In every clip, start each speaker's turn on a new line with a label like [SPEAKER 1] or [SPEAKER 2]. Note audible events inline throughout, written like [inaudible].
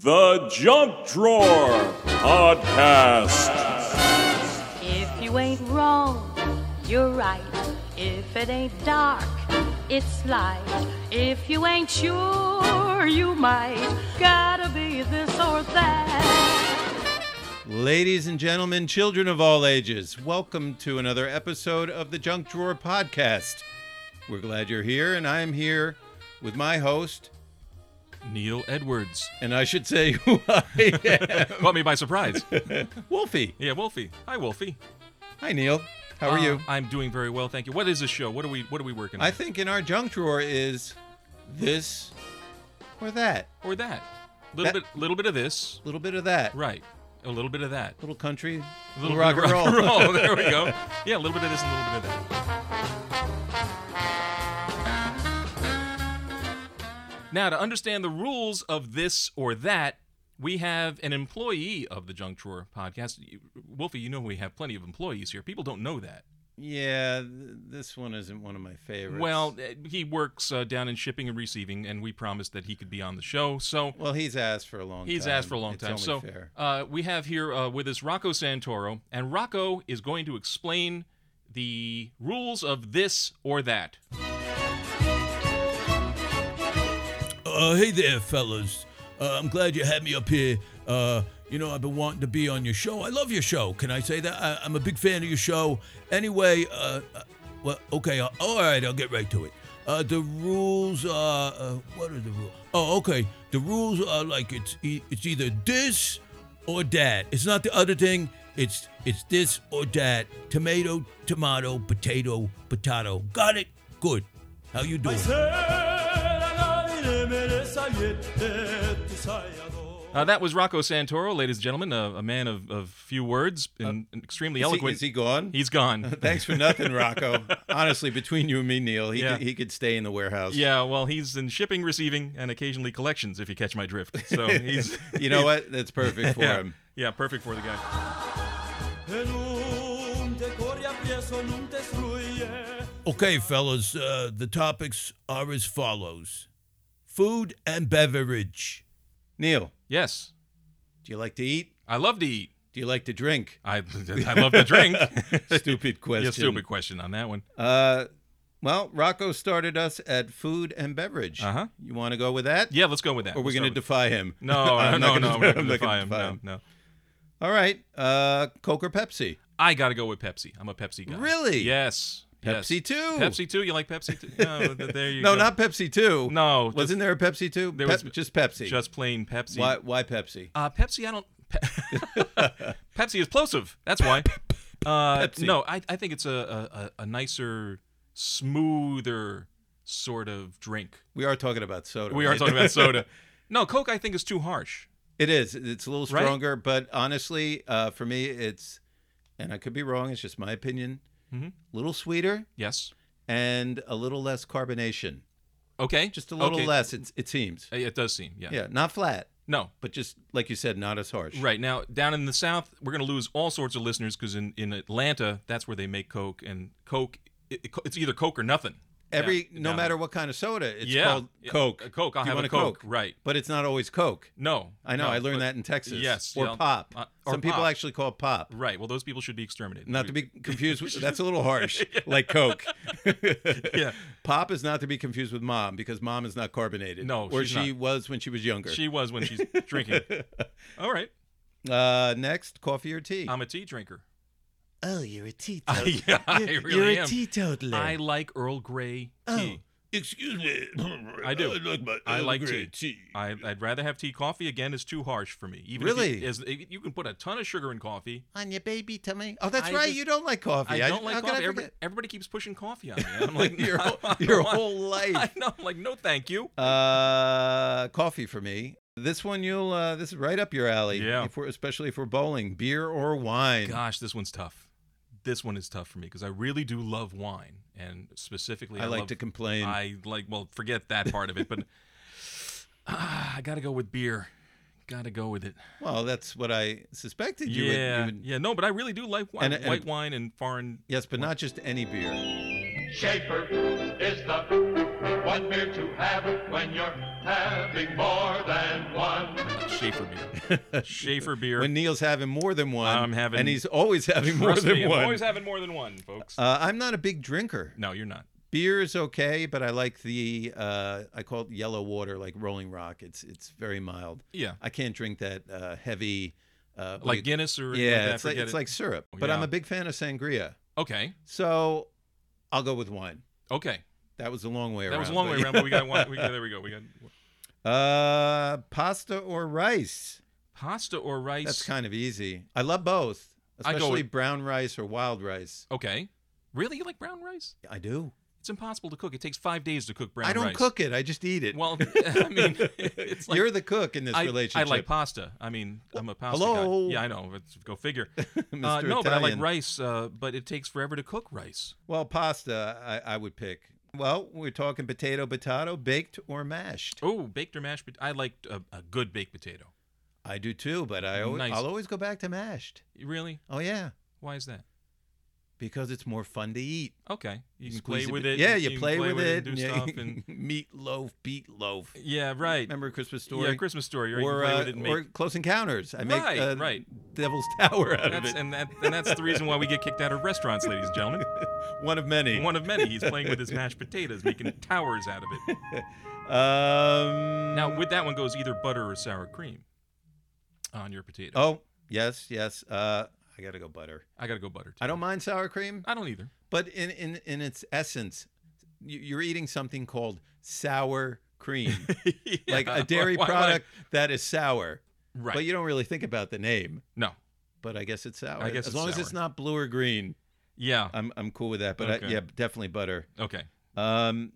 [SPEAKER 1] The Junk Drawer Podcast.
[SPEAKER 2] If you ain't wrong, you're right. If it ain't dark, it's light. If you ain't sure, you might. Gotta be this or that.
[SPEAKER 3] Ladies and gentlemen, children of all ages, welcome to another episode of the Junk Drawer Podcast. We're glad you're here, and I'm here with my host,
[SPEAKER 4] Neil Edwards.
[SPEAKER 3] and I should say [laughs] who I am,
[SPEAKER 4] Caught me
[SPEAKER 3] [laughs]
[SPEAKER 4] by surprise.
[SPEAKER 3] Wolfie.
[SPEAKER 4] yeah, Wolfie. Hi, Wolfie.
[SPEAKER 3] Hi, Neil. How are
[SPEAKER 4] Uh,
[SPEAKER 3] you?
[SPEAKER 4] I'm doing very well, thank you. What is this show? What are we What are we working
[SPEAKER 3] I
[SPEAKER 4] on?
[SPEAKER 3] think in our junk drawer is this or that,
[SPEAKER 4] or that? Little
[SPEAKER 3] That-
[SPEAKER 4] bit, little bit of this,
[SPEAKER 3] a little bit of that,
[SPEAKER 4] right? A little bit of that.
[SPEAKER 3] little country,
[SPEAKER 4] A
[SPEAKER 3] little,
[SPEAKER 4] little
[SPEAKER 3] rock
[SPEAKER 4] bit
[SPEAKER 3] and
[SPEAKER 4] of
[SPEAKER 3] roll.
[SPEAKER 4] roll. [laughs] There we go. Yeah, a little bit of this and a little bit of that. Now, to understand the rules of this or that, we have an employee of the Junk Drawer podcast. You- Wolfie, you know we have plenty of employees here. People don't know that.
[SPEAKER 3] [laughs] Yeah, th- this one isn't one of my favorites.
[SPEAKER 4] Well, uh, he works uh, down in shipping and receiving, and we promised that he could be on the show. So
[SPEAKER 3] well, he's asked for a long
[SPEAKER 4] he's
[SPEAKER 3] time.
[SPEAKER 4] asked for a long
[SPEAKER 3] It's
[SPEAKER 4] time.
[SPEAKER 3] only
[SPEAKER 4] so
[SPEAKER 3] fair.
[SPEAKER 4] Uh, we have here uh, with us Rocco Santoro, and Rocco is going to explain the rules of this or that.
[SPEAKER 5] Uh, hey there, fellas. Uh, I'm glad you had me up here. Uh, you know, I've been wanting to be on your show. I love your show. Can I say that? I, I'm a big fan of your show. Anyway, uh, uh, well, okay, uh, all right, I'll get right to it. Uh, the rules are, uh, what are the rules? Oh, okay. The rules are like it's e- it's either this or that. It's not the other thing. It's it's this or that. Tomato, tomato, potato, potato. Got it? Good. How you doing?
[SPEAKER 4] Uh, that was Rocco Santoro, ladies and gentlemen, a, a man of, of few words and and extremely
[SPEAKER 3] Uh, Is he-
[SPEAKER 4] eloquent.
[SPEAKER 3] is he gone? [laughs]
[SPEAKER 4] has gone. [laughs]
[SPEAKER 3] Thanks for nothing, Rocco. Honestly, between you and me, Neil, he,
[SPEAKER 4] Yeah.
[SPEAKER 3] could, he could stay in the warehouse.
[SPEAKER 4] yeah, well, he's in shipping, receiving, and occasionally collections, if you catch my drift.
[SPEAKER 3] [laughs]
[SPEAKER 4] So he's.
[SPEAKER 3] You
[SPEAKER 4] [laughs]
[SPEAKER 3] know what? That's perfect for
[SPEAKER 4] yeah,
[SPEAKER 3] him.
[SPEAKER 4] yeah, perfect for the guy.
[SPEAKER 5] Okay, fellas, uh, the topics are as follows food and beverage.
[SPEAKER 3] Neil,
[SPEAKER 4] Yes,
[SPEAKER 3] do you like to eat?
[SPEAKER 4] I love to eat.
[SPEAKER 3] Do you like to drink?
[SPEAKER 4] I, I love to drink.
[SPEAKER 3] [laughs] Stupid question.
[SPEAKER 4] [laughs] yeah, stupid question on that one.
[SPEAKER 3] Uh, well, Rocco started us at food and beverage.
[SPEAKER 4] Uh-huh.
[SPEAKER 3] You want to go with that?
[SPEAKER 4] Yeah, let's go with that.
[SPEAKER 3] Or we're
[SPEAKER 4] Let's
[SPEAKER 3] going to
[SPEAKER 4] start
[SPEAKER 3] defy
[SPEAKER 4] with-
[SPEAKER 3] him? [laughs]
[SPEAKER 4] No,
[SPEAKER 3] I'm
[SPEAKER 4] no,
[SPEAKER 3] not gonna- I'm not
[SPEAKER 4] no, no, I'm not
[SPEAKER 3] gonna
[SPEAKER 4] going to defy him. No, no.
[SPEAKER 3] All right. Uh, Coke or Pepsi?
[SPEAKER 4] I got to go with Pepsi. I'm a Pepsi guy.
[SPEAKER 3] Really?
[SPEAKER 4] Yes. yes.
[SPEAKER 3] Pepsi too.
[SPEAKER 4] Pepsi too. You like Pepsi too? No, th- there you
[SPEAKER 3] No,
[SPEAKER 4] go.
[SPEAKER 3] not Pepsi too.
[SPEAKER 4] No, just-
[SPEAKER 3] Wasn't there a Pepsi too?
[SPEAKER 4] There
[SPEAKER 3] Pep-
[SPEAKER 4] was-
[SPEAKER 3] just Pepsi.
[SPEAKER 4] Just plain Pepsi.
[SPEAKER 3] why? Why Pepsi?
[SPEAKER 4] Uh, Pepsi, I don't.
[SPEAKER 3] [laughs]
[SPEAKER 4] Pe- [laughs] Pepsi is plosive. That's why. Uh,
[SPEAKER 3] Pepsi.
[SPEAKER 4] No, I, I think it's a, a, a a nicer, smoother sort of drink.
[SPEAKER 3] We are talking about soda.
[SPEAKER 4] We are
[SPEAKER 3] right? [laughs]
[SPEAKER 4] talking about soda. No, Coke, I think, is too harsh.
[SPEAKER 3] It is. It's a little
[SPEAKER 4] Right?
[SPEAKER 3] stronger, but honestly, uh, for me, it's, and I could be wrong. It's just my opinion.
[SPEAKER 4] Mm-hmm.
[SPEAKER 3] A little sweeter
[SPEAKER 4] Yes.
[SPEAKER 3] and a little less carbonation.
[SPEAKER 4] Okay.
[SPEAKER 3] Just a little
[SPEAKER 4] Okay.
[SPEAKER 3] less. It's, it seems.
[SPEAKER 4] Uh, It does seem. Yeah.
[SPEAKER 3] Yeah, not flat,
[SPEAKER 4] No.
[SPEAKER 3] but just like you said, not as harsh.
[SPEAKER 4] Right now, down in the South, we're going to lose all sorts of listeners because in, in Atlanta, that's where they make Coke, and Coke, it, it- it's either Coke or nothing.
[SPEAKER 3] Every
[SPEAKER 4] Yeah,
[SPEAKER 3] no
[SPEAKER 4] down
[SPEAKER 3] matter
[SPEAKER 4] there.
[SPEAKER 3] what kind of soda, it's
[SPEAKER 4] Yeah.
[SPEAKER 3] called
[SPEAKER 4] Yeah,
[SPEAKER 3] Coke.
[SPEAKER 4] a Coke, I'll
[SPEAKER 3] Do you
[SPEAKER 4] have
[SPEAKER 3] want
[SPEAKER 4] a Coke, right.
[SPEAKER 3] But it's not always Coke.
[SPEAKER 4] No.
[SPEAKER 3] I know.
[SPEAKER 4] no,
[SPEAKER 3] I learned
[SPEAKER 4] but-
[SPEAKER 3] that in Texas.
[SPEAKER 4] Yes.
[SPEAKER 3] Or
[SPEAKER 4] yeah,
[SPEAKER 3] pop.
[SPEAKER 4] uh, or
[SPEAKER 3] Some people
[SPEAKER 4] pop.
[SPEAKER 3] actually call it pop.
[SPEAKER 4] Right. Well, those people should be exterminated.
[SPEAKER 3] Not to be confused with that's a little harsh, like Coke.
[SPEAKER 4] [laughs] Yeah.
[SPEAKER 3] Pop is not to be confused with mom because mom is not carbonated.
[SPEAKER 4] No,
[SPEAKER 3] or
[SPEAKER 4] she's
[SPEAKER 3] she
[SPEAKER 4] not.
[SPEAKER 3] was when she was younger.
[SPEAKER 4] She was
[SPEAKER 3] [laughs]
[SPEAKER 4] when she's drinking. All right.
[SPEAKER 3] uh, next, coffee or tea?
[SPEAKER 4] I'm a
[SPEAKER 3] [laughs]
[SPEAKER 4] tea drinker.
[SPEAKER 6] Oh, you're a teetotaler.
[SPEAKER 4] yeah, [laughs] I really
[SPEAKER 6] you're a
[SPEAKER 4] am.
[SPEAKER 6] teetotaler.
[SPEAKER 4] I like Earl Grey
[SPEAKER 3] Oh.
[SPEAKER 4] tea.
[SPEAKER 5] Excuse me.
[SPEAKER 4] I do.
[SPEAKER 5] I like, my
[SPEAKER 4] I
[SPEAKER 5] Earl
[SPEAKER 4] like
[SPEAKER 5] Grey
[SPEAKER 4] tea. I, I'd rather have tea. Coffee again is too harsh for me. Even if
[SPEAKER 3] Really?
[SPEAKER 4] you, is, you can put a ton of sugar in coffee.
[SPEAKER 3] on your baby tummy. Oh, that's
[SPEAKER 4] I
[SPEAKER 3] right.
[SPEAKER 4] just-
[SPEAKER 3] you don't like coffee.
[SPEAKER 4] I don't
[SPEAKER 3] how
[SPEAKER 4] like
[SPEAKER 3] could I
[SPEAKER 4] coffee. Everybody,
[SPEAKER 3] forget?
[SPEAKER 4] everybody keeps pushing coffee on me.
[SPEAKER 3] [laughs]
[SPEAKER 4] I'm like, [laughs]
[SPEAKER 3] your
[SPEAKER 4] no,
[SPEAKER 3] whole,
[SPEAKER 4] I don't
[SPEAKER 3] your
[SPEAKER 4] want-
[SPEAKER 3] whole
[SPEAKER 4] I
[SPEAKER 3] life.
[SPEAKER 4] know. I'm like, no, thank you.
[SPEAKER 3] Uh, coffee for me. This one you'll. Uh, this is right up your alley.
[SPEAKER 4] Yeah.
[SPEAKER 3] If we're, especially if we're bowling, beer or wine.
[SPEAKER 4] Gosh, this one's tough. This one is tough for me because I really do love wine, and specifically,
[SPEAKER 3] I
[SPEAKER 4] I,
[SPEAKER 3] like
[SPEAKER 4] love-
[SPEAKER 3] to complain.
[SPEAKER 4] I like. Well, forget that part of
[SPEAKER 3] [laughs]
[SPEAKER 4] it, but [sighs] ah, I gotta go with beer. Gotta go with it.
[SPEAKER 3] Well, that's what I suspected you
[SPEAKER 4] yeah,
[SPEAKER 3] would. You would
[SPEAKER 4] yeah. No, but I really do like wine,
[SPEAKER 3] And- and-
[SPEAKER 4] white wine and foreign.
[SPEAKER 3] yes, but not just any
[SPEAKER 4] [laughs]
[SPEAKER 3] beer.
[SPEAKER 7] Schaefer is the one beer to have when you're having more than one.
[SPEAKER 4] Schaefer
[SPEAKER 3] [laughs]
[SPEAKER 4] beer. Schaefer beer. [laughs]
[SPEAKER 3] When Neil's having more than one,
[SPEAKER 4] I'm having-
[SPEAKER 3] and he's always having more
[SPEAKER 4] Trust
[SPEAKER 3] than
[SPEAKER 4] me,
[SPEAKER 3] one.
[SPEAKER 4] I'm always having more than one, folks.
[SPEAKER 3] uh, I'm not a big drinker.
[SPEAKER 4] no, you're not.
[SPEAKER 3] Beer is okay, but I like the uh, I call it yellow water, like Rolling Rock. It's it's very mild.
[SPEAKER 4] Yeah.
[SPEAKER 3] I can't drink that uh, heavy. Uh, what do
[SPEAKER 4] Like
[SPEAKER 3] you-
[SPEAKER 4] Guinness or anything
[SPEAKER 3] yeah,
[SPEAKER 4] like that,
[SPEAKER 3] it's like
[SPEAKER 4] forget
[SPEAKER 3] it's
[SPEAKER 4] it. Oh,
[SPEAKER 3] like syrup. But I'm
[SPEAKER 4] yeah.
[SPEAKER 3] a big fan of sangria,
[SPEAKER 4] okay,
[SPEAKER 3] so I'll go with wine.
[SPEAKER 4] okay.
[SPEAKER 3] That was a long way around.
[SPEAKER 4] That was a long
[SPEAKER 3] but
[SPEAKER 4] way around, but we
[SPEAKER 3] [laughs]
[SPEAKER 4] got one. We got, there we go. We got
[SPEAKER 3] Uh, pasta or rice?
[SPEAKER 4] pasta or rice.
[SPEAKER 3] That's kind of easy. I love both,
[SPEAKER 4] I go
[SPEAKER 3] especially
[SPEAKER 4] with-
[SPEAKER 3] brown rice or wild rice.
[SPEAKER 4] okay. Really, you like brown rice?
[SPEAKER 3] I do.
[SPEAKER 4] It's impossible to cook. It takes five days to cook brown rice.
[SPEAKER 3] I don't cook it. I just eat it.
[SPEAKER 4] Well, [laughs] I
[SPEAKER 3] [laughs]
[SPEAKER 4] mean, it's like
[SPEAKER 3] You're the cook in this
[SPEAKER 4] I,
[SPEAKER 3] relationship.
[SPEAKER 4] I
[SPEAKER 3] [laughs]
[SPEAKER 4] like pasta. I mean, I'm a pasta
[SPEAKER 3] hello?
[SPEAKER 4] guy. Yeah, I know. It's,
[SPEAKER 3] [laughs]
[SPEAKER 4] go figure.
[SPEAKER 3] Mr.
[SPEAKER 4] Uh, no, but I like
[SPEAKER 3] Italian.
[SPEAKER 4] rice. Uh, but it takes forever to cook rice.
[SPEAKER 3] Well, pasta, I, I would pick. Well, we're talking potato, potato, baked or mashed.
[SPEAKER 4] Oh, baked or mashed. pot- I like a, a good baked potato.
[SPEAKER 3] I do too, but I always,
[SPEAKER 4] Nice.
[SPEAKER 3] I'll always go back to mashed.
[SPEAKER 4] Really?
[SPEAKER 3] Oh yeah,
[SPEAKER 4] Why is that?
[SPEAKER 3] because it's more fun to eat.
[SPEAKER 4] Okay, you, can
[SPEAKER 3] squeeze
[SPEAKER 4] play
[SPEAKER 3] a
[SPEAKER 4] with
[SPEAKER 3] bit-
[SPEAKER 4] it.
[SPEAKER 3] Yeah,
[SPEAKER 4] and
[SPEAKER 3] you,
[SPEAKER 4] can
[SPEAKER 3] play, with, it.
[SPEAKER 4] and
[SPEAKER 3] [laughs]
[SPEAKER 4] do
[SPEAKER 3] yeah,
[SPEAKER 4] stuff. And
[SPEAKER 3] meatloaf, beatloaf.
[SPEAKER 4] yeah, right.
[SPEAKER 3] Remember Christmas story?
[SPEAKER 4] Yeah, Christmas story. Right?
[SPEAKER 3] or
[SPEAKER 4] you can play
[SPEAKER 3] uh,
[SPEAKER 4] with it and make,
[SPEAKER 3] or Close Encounters. I make
[SPEAKER 4] Right,
[SPEAKER 3] uh,
[SPEAKER 4] right.
[SPEAKER 3] Devil's [laughs] Tower out
[SPEAKER 4] that's,
[SPEAKER 3] of it.
[SPEAKER 4] and that and that's the reason why we get kicked out of restaurants, ladies and gentlemen.
[SPEAKER 3] One of many.
[SPEAKER 4] One of many. He's playing with his mashed potatoes, making towers out of it.
[SPEAKER 3] Um,
[SPEAKER 4] Now, with that one goes either butter or sour cream on your potato.
[SPEAKER 3] Oh yes, yes. Uh, I gotta go butter.
[SPEAKER 4] I gotta go butter. Too.
[SPEAKER 3] I don't mind sour cream,
[SPEAKER 4] I
[SPEAKER 3] [laughs]
[SPEAKER 4] don't either.
[SPEAKER 3] but in in in its essence, you- you're eating something called sour cream, like
[SPEAKER 4] [laughs] Yeah,
[SPEAKER 3] a dairy
[SPEAKER 4] why- why-
[SPEAKER 3] product that is sour.
[SPEAKER 4] Right.
[SPEAKER 3] But you don't really think about the name.
[SPEAKER 4] no.
[SPEAKER 3] But I guess it's sour.
[SPEAKER 4] I guess
[SPEAKER 3] as
[SPEAKER 4] it's
[SPEAKER 3] long as it's
[SPEAKER 4] sour.
[SPEAKER 3] not blue or green,
[SPEAKER 4] Yeah.
[SPEAKER 3] I'm I'm cool with that. But I,
[SPEAKER 4] Okay.
[SPEAKER 3] yeah, definitely butter.
[SPEAKER 4] Okay.
[SPEAKER 3] Um,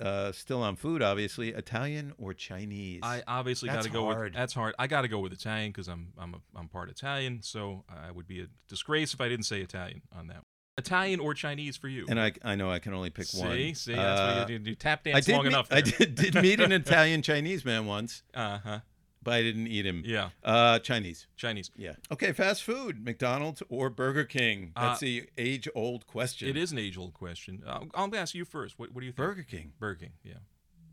[SPEAKER 3] uh, still on food, obviously. Italian or Chinese?
[SPEAKER 4] I obviously got
[SPEAKER 3] That's
[SPEAKER 4] to go
[SPEAKER 3] hard.
[SPEAKER 4] with that's hard. I got to go with Italian because I'm I'm a, I'm part Italian, so I would be a disgrace if I didn't say Italian on that. Italian or Chinese for you?
[SPEAKER 3] and I I know I can only pick
[SPEAKER 4] see,
[SPEAKER 3] one.
[SPEAKER 4] see, that's
[SPEAKER 3] Uh,
[SPEAKER 4] what you do. Tap
[SPEAKER 3] I
[SPEAKER 4] dance
[SPEAKER 3] did
[SPEAKER 4] long
[SPEAKER 3] meet,
[SPEAKER 4] enough.
[SPEAKER 3] I did, did meet
[SPEAKER 4] [laughs]
[SPEAKER 3] an Italian Chinese man once,
[SPEAKER 4] Uh huh.
[SPEAKER 3] but I didn't eat him.
[SPEAKER 4] Yeah,
[SPEAKER 3] Uh, Chinese.
[SPEAKER 4] Chinese.
[SPEAKER 3] Yeah. Okay, fast food, McDonald's or Burger King. That's
[SPEAKER 4] Uh,
[SPEAKER 3] the age-old question.
[SPEAKER 4] It is an age-old question. Uh, I'll ask you first. What, what do you think?
[SPEAKER 3] Burger King.
[SPEAKER 4] Burger King. Yeah,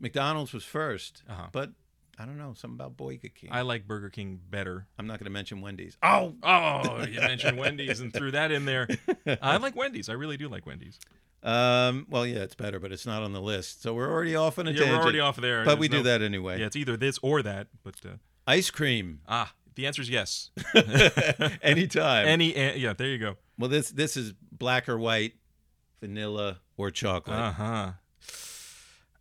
[SPEAKER 3] McDonald's was 1st
[SPEAKER 4] Uh-huh.
[SPEAKER 3] but I don't know something about Burger King.
[SPEAKER 4] I
[SPEAKER 3] I,
[SPEAKER 4] like Burger King better.
[SPEAKER 3] am not going to mention Wendy's. Oh,
[SPEAKER 4] Oh, you mentioned Wendy's and threw that in
[SPEAKER 3] [laughs]
[SPEAKER 4] there. I like Wendy's. I really do like Wendy's.
[SPEAKER 3] um, well, yeah, it's better, but it's not on the list, so we're already off on a
[SPEAKER 4] Yeah, we're
[SPEAKER 3] tangent.
[SPEAKER 4] already off there.
[SPEAKER 3] But we
[SPEAKER 4] There's
[SPEAKER 3] do
[SPEAKER 4] no-
[SPEAKER 3] that anyway.
[SPEAKER 4] Yeah, it's either this or that. But uh,
[SPEAKER 3] Ice cream,
[SPEAKER 4] [laughs]
[SPEAKER 3] [laughs]
[SPEAKER 4] ah, the answer is yes.
[SPEAKER 3] anytime.
[SPEAKER 4] Any, a- yeah, there you go.
[SPEAKER 3] well, this this is black or white, vanilla or chocolate.
[SPEAKER 4] Uh huh.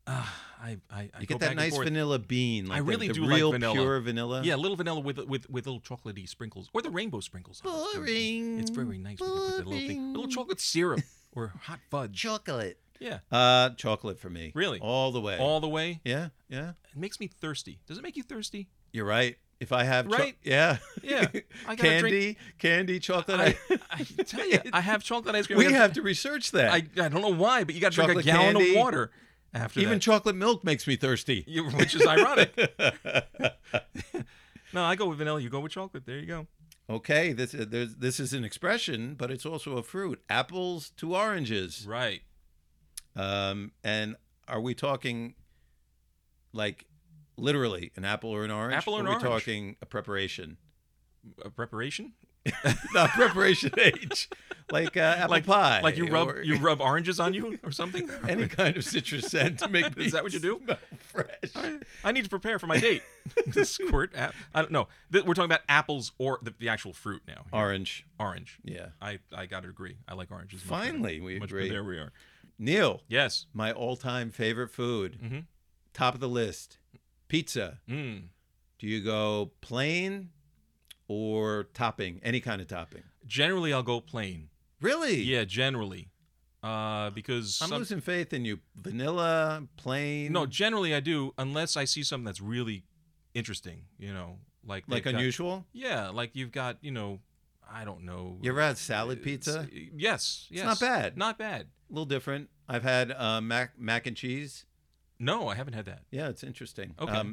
[SPEAKER 4] Ah, I, I, I
[SPEAKER 3] you
[SPEAKER 4] go
[SPEAKER 3] get that
[SPEAKER 4] back and
[SPEAKER 3] nice
[SPEAKER 4] forth.
[SPEAKER 3] vanilla bean. Like
[SPEAKER 4] I
[SPEAKER 3] the-
[SPEAKER 4] really
[SPEAKER 3] the,
[SPEAKER 4] do like
[SPEAKER 3] real
[SPEAKER 4] vanilla.
[SPEAKER 3] pure vanilla.
[SPEAKER 4] Yeah, a little vanilla with with with little chocolatey sprinkles or the rainbow sprinkles. on it.
[SPEAKER 3] Boring.
[SPEAKER 4] It's very nice when you put that little thing, little
[SPEAKER 3] Boring.
[SPEAKER 4] chocolate syrup or hot fudge.
[SPEAKER 6] Chocolate.
[SPEAKER 4] Yeah,
[SPEAKER 3] Uh, chocolate for me.
[SPEAKER 4] Really?
[SPEAKER 3] All the way.
[SPEAKER 4] all the way.
[SPEAKER 3] yeah, yeah.
[SPEAKER 4] It makes me thirsty. Does it make you thirsty?
[SPEAKER 3] You're right. If I have cho-
[SPEAKER 4] Right?
[SPEAKER 3] yeah, [laughs]
[SPEAKER 4] Yeah. I gotta
[SPEAKER 3] candy,
[SPEAKER 4] drink-
[SPEAKER 3] candy, chocolate.
[SPEAKER 4] [laughs] I,
[SPEAKER 3] I-
[SPEAKER 4] I
[SPEAKER 3] [laughs]
[SPEAKER 4] tell you, I have chocolate ice cream.
[SPEAKER 3] we
[SPEAKER 4] I
[SPEAKER 3] have to research that.
[SPEAKER 4] I, I don't know why, but you got to drink a
[SPEAKER 3] Chocolate
[SPEAKER 4] gallon
[SPEAKER 3] candy.
[SPEAKER 4] of water after
[SPEAKER 3] Even
[SPEAKER 4] that,
[SPEAKER 3] chocolate milk makes me thirsty.
[SPEAKER 4] You- which is
[SPEAKER 3] [laughs]
[SPEAKER 4] ironic. no, I go with vanilla. You go with chocolate. There you go.
[SPEAKER 3] Okay, this uh, there's, this is an expression, but it's also a fruit. Apples to oranges.
[SPEAKER 4] Right.
[SPEAKER 3] Um, and are we talking like literally an apple or an orange?
[SPEAKER 4] Apple or
[SPEAKER 3] Or
[SPEAKER 4] an
[SPEAKER 3] are we
[SPEAKER 4] orange.
[SPEAKER 3] talking a preparation? [laughs]
[SPEAKER 4] A preparation.
[SPEAKER 3] Not preparation H, like uh, apple
[SPEAKER 4] [laughs] like
[SPEAKER 3] pie.
[SPEAKER 4] Like you rub
[SPEAKER 3] or [laughs]
[SPEAKER 4] you rub oranges on you or something.
[SPEAKER 3] any kind of citrus scent to [laughs] make.
[SPEAKER 4] Is that what you
[SPEAKER 3] me
[SPEAKER 4] do?
[SPEAKER 3] smell Fresh.
[SPEAKER 4] I need to prepare for
[SPEAKER 3] [laughs]
[SPEAKER 4] my date. Squirt. App. I don't know. Th- We're talking about apples or the, the actual fruit now.
[SPEAKER 3] Orange.
[SPEAKER 4] Orange.
[SPEAKER 3] Yeah.
[SPEAKER 4] I I gotta agree. I like oranges. much better.
[SPEAKER 3] Finally, we
[SPEAKER 4] Much-
[SPEAKER 3] agree.
[SPEAKER 4] There we are.
[SPEAKER 3] Neil,
[SPEAKER 4] Yes.
[SPEAKER 3] my all-time favorite food,
[SPEAKER 4] Mhm.
[SPEAKER 3] top of the list, pizza.
[SPEAKER 4] Mm.
[SPEAKER 3] Do you go plain or topping? Any kind of topping?
[SPEAKER 4] Generally, I'll go plain.
[SPEAKER 3] Really?
[SPEAKER 4] Yeah, generally, uh, because
[SPEAKER 3] I'm
[SPEAKER 4] some-
[SPEAKER 3] losing faith in you. Vanilla, plain.
[SPEAKER 4] no, generally I do unless I see something that's really interesting. You know, like
[SPEAKER 3] like
[SPEAKER 4] they've got-
[SPEAKER 3] unusual.
[SPEAKER 4] yeah, like you've got you know, I don't know.
[SPEAKER 3] You ever had salad
[SPEAKER 4] it's-
[SPEAKER 3] pizza? A
[SPEAKER 4] Yes. Yes.
[SPEAKER 3] not bad.
[SPEAKER 4] Not bad.
[SPEAKER 3] little different. I've had uh, mac mac and cheese.
[SPEAKER 4] No, I haven't had that.
[SPEAKER 3] Yeah, it's interesting. Um,
[SPEAKER 4] Okay.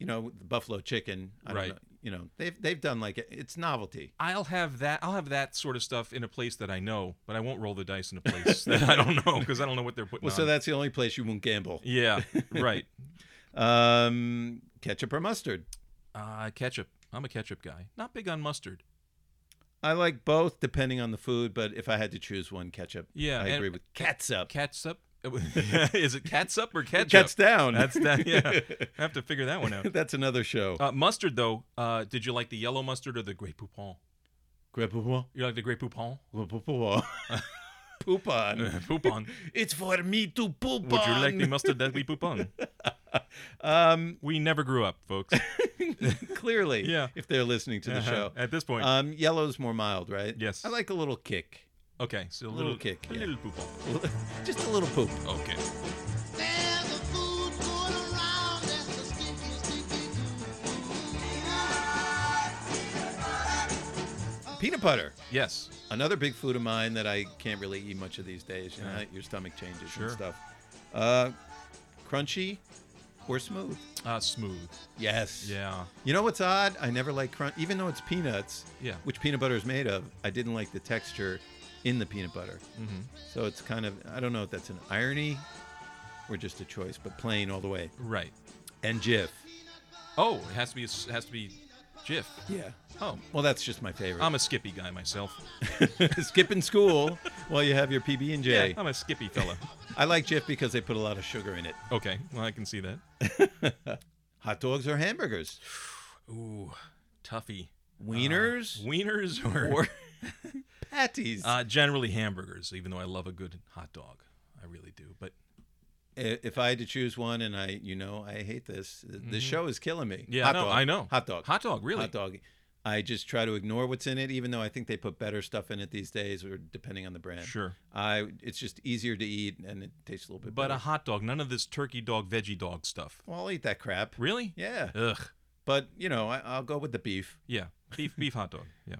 [SPEAKER 3] you know the buffalo chicken. I
[SPEAKER 4] Right.
[SPEAKER 3] Don't know, you know they've they've done like it's novelty.
[SPEAKER 4] I'll have that. I'll have that sort of stuff in a place that I know, but I won't roll the dice in a place that I don't know because I don't know what they're putting.
[SPEAKER 3] Well, so
[SPEAKER 4] on.
[SPEAKER 3] that's the only
[SPEAKER 4] [laughs]
[SPEAKER 3] place you won't gamble.
[SPEAKER 4] yeah, right.
[SPEAKER 3] Um, ketchup or mustard?
[SPEAKER 4] Uh, ketchup. I'm a ketchup guy. Not big on mustard.
[SPEAKER 3] I like both depending on the food, but if I had to choose one, ketchup.
[SPEAKER 4] Yeah,
[SPEAKER 3] I
[SPEAKER 4] and-
[SPEAKER 3] agree with catsup.
[SPEAKER 4] Catsup. [laughs] Is it catsup or ketchup?
[SPEAKER 3] Cats down.
[SPEAKER 4] That's that. Yeah, [laughs] I have to figure that one out.
[SPEAKER 3] [laughs] That's another show.
[SPEAKER 4] Uh, mustard though. Uh, did you like the yellow mustard or the gray poupon?
[SPEAKER 3] Grandpa,
[SPEAKER 4] You like the gray poupon? [laughs]
[SPEAKER 3] grandpa, [laughs] poop on.
[SPEAKER 4] Poupon.
[SPEAKER 3] It's for me to poop
[SPEAKER 4] [laughs] Would you like the
[SPEAKER 3] on.
[SPEAKER 4] mustard that we poop on? [laughs] um, we never grew up, folks.
[SPEAKER 3] Clearly,
[SPEAKER 4] Yeah.
[SPEAKER 3] if they're listening to the
[SPEAKER 4] [laughs] Uh-huh.
[SPEAKER 3] show.
[SPEAKER 4] At this point.
[SPEAKER 3] Um, yellow's more mild, right?
[SPEAKER 4] Yes.
[SPEAKER 3] I like a little kick.
[SPEAKER 4] okay, so a
[SPEAKER 3] Little
[SPEAKER 4] little,
[SPEAKER 3] kick,
[SPEAKER 4] a
[SPEAKER 3] yeah.
[SPEAKER 4] little poupon.
[SPEAKER 3] [laughs] Just a little poop.
[SPEAKER 4] Okay.
[SPEAKER 8] There's a food going around that's a stinky, stinky
[SPEAKER 3] Peanut butter.
[SPEAKER 4] Yes.
[SPEAKER 3] Another big food of mine that I can't really eat much of these days. You know, your stomach changes
[SPEAKER 4] Sure.
[SPEAKER 3] and stuff. Uh, crunchy or smooth?
[SPEAKER 4] Uh, smooth.
[SPEAKER 3] Yes.
[SPEAKER 4] Yeah.
[SPEAKER 3] You know what's odd? I never like crunch, even though it's peanuts,
[SPEAKER 4] Yeah.
[SPEAKER 3] which peanut butter is made of. I didn't like the texture in the peanut butter. Mm-hmm. So it's kind of I don't know if that's an irony or just a choice, but plain all the way.
[SPEAKER 4] Right.
[SPEAKER 3] And Jif.
[SPEAKER 4] Oh, it has to be. It has to be, Jif.
[SPEAKER 3] Yeah.
[SPEAKER 4] Oh,
[SPEAKER 3] Well, that's just my favorite.
[SPEAKER 4] I'm a Skippy guy myself.
[SPEAKER 3] [laughs] skipping school while you have your PB and
[SPEAKER 4] Yeah,
[SPEAKER 3] J.
[SPEAKER 4] [laughs] I'm a Skippy fella.
[SPEAKER 3] I like Jif because they put a lot of sugar in it.
[SPEAKER 4] okay, well I can see that.
[SPEAKER 3] Hot dogs or hamburgers?
[SPEAKER 4] Ooh, toughy.
[SPEAKER 3] Wieners
[SPEAKER 4] Wieners or,
[SPEAKER 3] or patties?
[SPEAKER 4] uh, generally hamburgers, even though I love a good hot dog. I really do. But
[SPEAKER 3] I- if I had to choose one, and I, you know, I hate this. This show is killing me.
[SPEAKER 4] Mm-hmm. yeah,
[SPEAKER 3] Hot
[SPEAKER 4] no,
[SPEAKER 3] dog.
[SPEAKER 4] I know.
[SPEAKER 3] Hot dog.
[SPEAKER 4] Hot dog, really.
[SPEAKER 3] Hot dog. I just try to ignore what's in it, even though I think they put better stuff in it these days, or depending on the brand.
[SPEAKER 4] Sure.
[SPEAKER 3] I. It's just easier to eat, and it tastes a little bit
[SPEAKER 4] But
[SPEAKER 3] better.
[SPEAKER 4] a hot dog, none of this turkey dog, veggie dog stuff.
[SPEAKER 3] well, I'll eat that crap.
[SPEAKER 4] Really?
[SPEAKER 3] Yeah.
[SPEAKER 4] Ugh.
[SPEAKER 3] But you know, I, I'll go with the beef.
[SPEAKER 4] Yeah. Beef beef hot dog. Yeah.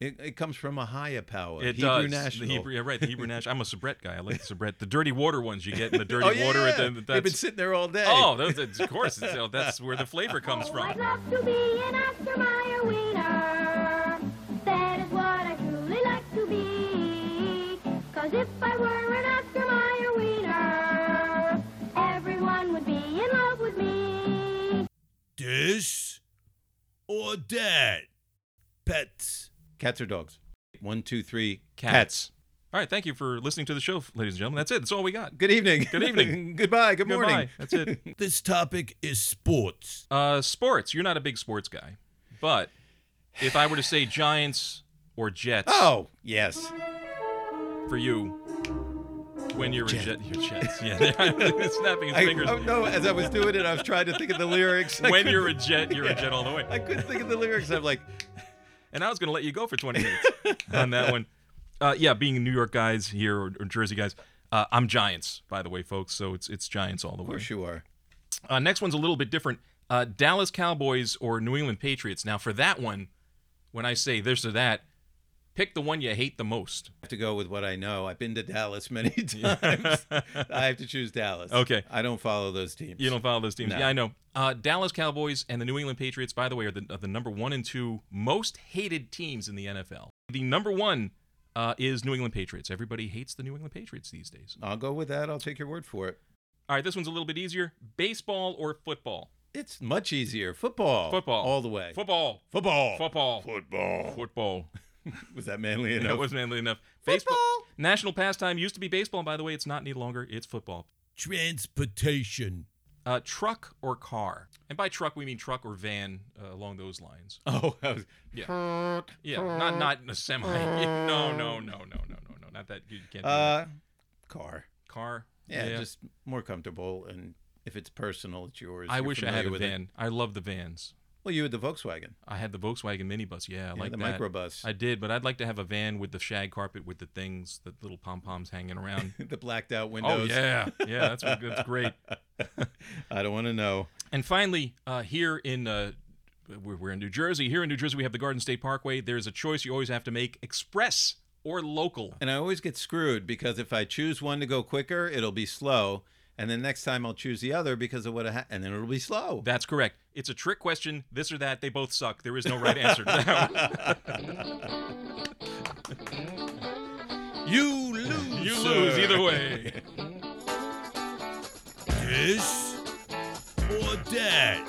[SPEAKER 3] It, it comes from a higher power.
[SPEAKER 4] It
[SPEAKER 3] Hebrew
[SPEAKER 4] does.
[SPEAKER 3] national.
[SPEAKER 4] The Hebrew, yeah, right. The Hebrew national. I'm a soubrette guy. I like the soubrette. The dirty water ones
[SPEAKER 3] [laughs]
[SPEAKER 4] you get in the dirty
[SPEAKER 3] oh yeah.
[SPEAKER 4] water. At the,
[SPEAKER 3] They've been
[SPEAKER 4] that's,
[SPEAKER 3] sitting there all day.
[SPEAKER 4] oh, those, that's- of course. It's, oh, that's where the flavor comes
[SPEAKER 9] Oh,
[SPEAKER 4] from.
[SPEAKER 9] I'd love to be an Oscar Mayer wiener. That is what I truly like to be. Cause if I were an Oscar Mayer wiener, everyone would be in love with me.
[SPEAKER 5] This or that? Pets.
[SPEAKER 3] Cats or dogs? One, two, three.
[SPEAKER 4] Cats. All right. Thank you for listening to the show, ladies and gentlemen. That's it. That's all we got.
[SPEAKER 3] Good evening.
[SPEAKER 4] Good evening.
[SPEAKER 3] [laughs] Goodbye. Good
[SPEAKER 4] Goodbye.
[SPEAKER 3] morning.
[SPEAKER 4] That's it.
[SPEAKER 3] [laughs]
[SPEAKER 5] This topic is sports.
[SPEAKER 4] Uh, sports. You're not a big sports guy, but if I were to say Giants or Jets
[SPEAKER 3] Oh yes.
[SPEAKER 4] for you, when you're a Jet, your Jets. Yeah, [laughs] snapping his
[SPEAKER 3] I,
[SPEAKER 4] fingers.
[SPEAKER 3] oh, no, as I was doing it, I was trying to think of the lyrics. I
[SPEAKER 4] When
[SPEAKER 3] couldn't-
[SPEAKER 4] you're a Jet, you're a Jet all the way.
[SPEAKER 3] I couldn't think of the lyrics. I'm like,
[SPEAKER 4] And I was going to let you go for 20 minutes [laughs] on that one. Uh, yeah, being New York guys here or, or Jersey guys. Uh, I'm Giants, by the way, folks. So it's it's Giants all the
[SPEAKER 3] of
[SPEAKER 4] way.
[SPEAKER 3] course you are.
[SPEAKER 4] Uh, next one's a little bit different. Uh, Dallas Cowboys or New England Patriots. Now, for that one, when I say this or that, pick the one you hate the most.
[SPEAKER 3] I have to go with what I know. I've been to Dallas
[SPEAKER 4] [laughs]
[SPEAKER 3] many times. I have to choose Dallas.
[SPEAKER 4] Okay.
[SPEAKER 3] I don't follow those teams.
[SPEAKER 4] You don't follow those teams.
[SPEAKER 3] No.
[SPEAKER 4] Yeah, I know. Uh, Dallas Cowboys and the New England Patriots, by the way, are the, are the number one and two most hated teams in the NFL. The number one uh, is New England Patriots. Everybody hates the New England Patriots these days.
[SPEAKER 3] I'll go with that. I'll take your word for it.
[SPEAKER 4] All right, this one's a little bit easier. Baseball or football?
[SPEAKER 3] It's much easier. Football.
[SPEAKER 4] Football.
[SPEAKER 3] All the way.
[SPEAKER 4] Football.
[SPEAKER 3] Football.
[SPEAKER 4] Football.
[SPEAKER 3] Football.
[SPEAKER 4] Football. [laughs]
[SPEAKER 3] Was that manly
[SPEAKER 4] That
[SPEAKER 3] enough?
[SPEAKER 4] was manly enough.
[SPEAKER 3] Football.
[SPEAKER 4] Baseball- National pastime used to be baseball, by the way. It's not any longer. It's football.
[SPEAKER 5] Transportation.
[SPEAKER 4] Uh, truck or car? And by truck, we mean truck or van uh, along those lines.
[SPEAKER 3] [laughs] Oh, I was,
[SPEAKER 4] Yeah, not not a semi. [laughs] no, no, no, no, no, no, no. Not that. You can't do that.
[SPEAKER 3] uh, car.
[SPEAKER 4] Car.
[SPEAKER 3] Yeah, just more comfortable. And if it's personal, it's yours.
[SPEAKER 4] I
[SPEAKER 3] You're
[SPEAKER 4] wish I
[SPEAKER 3] familiar
[SPEAKER 4] had a
[SPEAKER 3] with it.
[SPEAKER 4] van. I love the vans.
[SPEAKER 3] Well, you had the Volkswagen.
[SPEAKER 4] I had the Volkswagen minibus. Yeah, I like
[SPEAKER 3] the
[SPEAKER 4] that.
[SPEAKER 3] microbus.
[SPEAKER 4] I did, but I'd like to have a van with the shag carpet, with the things, the little pom poms hanging around.
[SPEAKER 3] the blacked out
[SPEAKER 4] oh
[SPEAKER 3] windows.
[SPEAKER 4] yeah, yeah, that's that's great.
[SPEAKER 3] I don't want to know.
[SPEAKER 4] And finally, uh, here in uh, we're, we're in New Jersey. Here in New Jersey, we have the Garden State Parkway. There's a choice you always have to make: express or local.
[SPEAKER 3] And I always get screwed because if I choose one to go quicker, it'll be slow. And then next time I'll choose the other because of what I ha- and then it'll be slow.
[SPEAKER 4] That's correct. It's a trick question. This or that. They both suck. There is no right answer. to that one.
[SPEAKER 5] You lose.
[SPEAKER 4] you
[SPEAKER 5] sir.
[SPEAKER 4] lose either way.
[SPEAKER 5] This or that?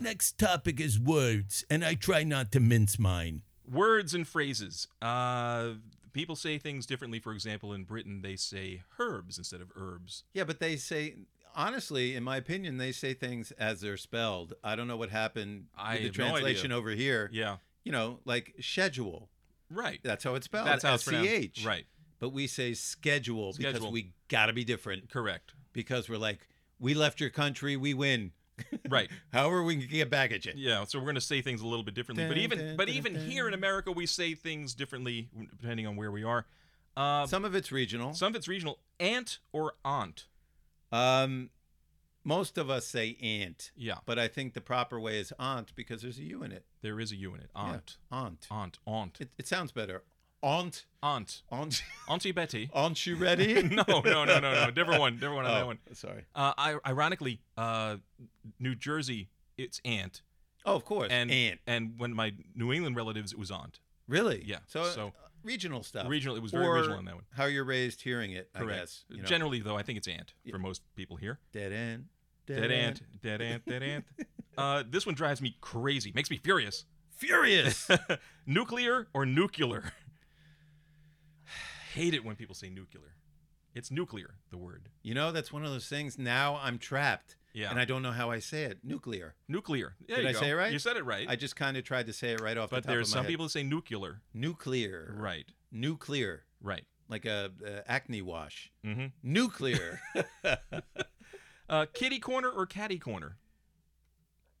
[SPEAKER 5] next topic is words, and I try not to mince mine.
[SPEAKER 4] Words and phrases. Uh, people say things differently. For example, in Britain, they say herbs instead of herbs.
[SPEAKER 3] Yeah, but they say honestly, in my opinion, they say things as they're spelled. I don't know what happened
[SPEAKER 4] I
[SPEAKER 3] with the
[SPEAKER 4] have no idea.
[SPEAKER 3] translation over here.
[SPEAKER 4] Yeah.
[SPEAKER 3] You know, like schedule.
[SPEAKER 4] Right.
[SPEAKER 3] That's how it's spelled.
[SPEAKER 4] That's how it's pronounced.
[SPEAKER 3] SCH.
[SPEAKER 4] Right.
[SPEAKER 3] But we say schedule, because
[SPEAKER 4] Schedule.
[SPEAKER 3] we gotta be different.
[SPEAKER 4] Correct.
[SPEAKER 3] Because we're like, we left your country, we win.
[SPEAKER 4] Right.
[SPEAKER 3] However, we can get back at you.
[SPEAKER 4] Yeah, so we're going to say things a little bit differently, but
[SPEAKER 3] Dun,
[SPEAKER 4] even
[SPEAKER 3] dun,
[SPEAKER 4] but
[SPEAKER 3] dun,
[SPEAKER 4] even
[SPEAKER 3] dun.
[SPEAKER 4] here in America, we say things differently depending on where we are. Uh,
[SPEAKER 3] Some of it's regional.
[SPEAKER 4] some of it's regional. Aunt or aunt?
[SPEAKER 3] Um, most of us say aunt.
[SPEAKER 4] Yeah.
[SPEAKER 3] But I think the proper way is aunt because there's a U in it.
[SPEAKER 4] There is a U in it.
[SPEAKER 3] Yeah,
[SPEAKER 4] Aunt,
[SPEAKER 3] Aunt.
[SPEAKER 4] aunt, aunt,
[SPEAKER 3] It, it sounds better. Aunt.
[SPEAKER 4] aunt,
[SPEAKER 3] Aunt. [laughs]
[SPEAKER 4] auntie Betty.
[SPEAKER 3] Aren't you ready?
[SPEAKER 4] [laughs] no, no, no,
[SPEAKER 3] [laughs]
[SPEAKER 4] no, no. Different one. Different one on
[SPEAKER 3] Oh,
[SPEAKER 4] that one.
[SPEAKER 3] Sorry.
[SPEAKER 4] Uh, I, ironically, uh, New Jersey, it's aunt,
[SPEAKER 3] Oh, of course.
[SPEAKER 4] and
[SPEAKER 3] aunt.
[SPEAKER 4] and when my New England relatives, it was aunt.
[SPEAKER 3] Really?
[SPEAKER 4] Yeah,
[SPEAKER 3] So,
[SPEAKER 4] so-
[SPEAKER 3] uh, regional stuff.
[SPEAKER 4] Regional- it was very
[SPEAKER 3] Or
[SPEAKER 4] regional on that one.
[SPEAKER 3] How you're raised hearing it, I
[SPEAKER 4] Correct.
[SPEAKER 3] guess. you know.
[SPEAKER 4] Generally, though, I think it's aunt for most people here.
[SPEAKER 3] Dead end.
[SPEAKER 4] Dead ant, dead
[SPEAKER 3] [laughs]
[SPEAKER 4] ant, dead ant. Uh, this one drives me crazy, makes me furious. [laughs]
[SPEAKER 3] Furious.
[SPEAKER 4] nuclear or nuclear? [sighs] Hate it when people say nuclear. It's nuclear, the word.
[SPEAKER 3] you know, that's one of those things. Now I'm trapped.
[SPEAKER 4] Yeah.
[SPEAKER 3] And I don't know how I say it. Nuclear.
[SPEAKER 4] Nuclear. There
[SPEAKER 3] Did
[SPEAKER 4] you
[SPEAKER 3] I
[SPEAKER 4] go.
[SPEAKER 3] say it right?
[SPEAKER 4] You said it right.
[SPEAKER 3] I just kind of tried to say it right off
[SPEAKER 4] but
[SPEAKER 3] the top
[SPEAKER 4] there's
[SPEAKER 3] of my
[SPEAKER 4] some
[SPEAKER 3] head.
[SPEAKER 4] people that say nuclear.
[SPEAKER 3] Nuclear.
[SPEAKER 4] Right,
[SPEAKER 3] Nuclear.
[SPEAKER 4] right.
[SPEAKER 3] Like a, a acne wash.
[SPEAKER 4] Mm-hmm. [laughs]
[SPEAKER 3] Nuclear.
[SPEAKER 4] Uh, kitty corner or catty corner?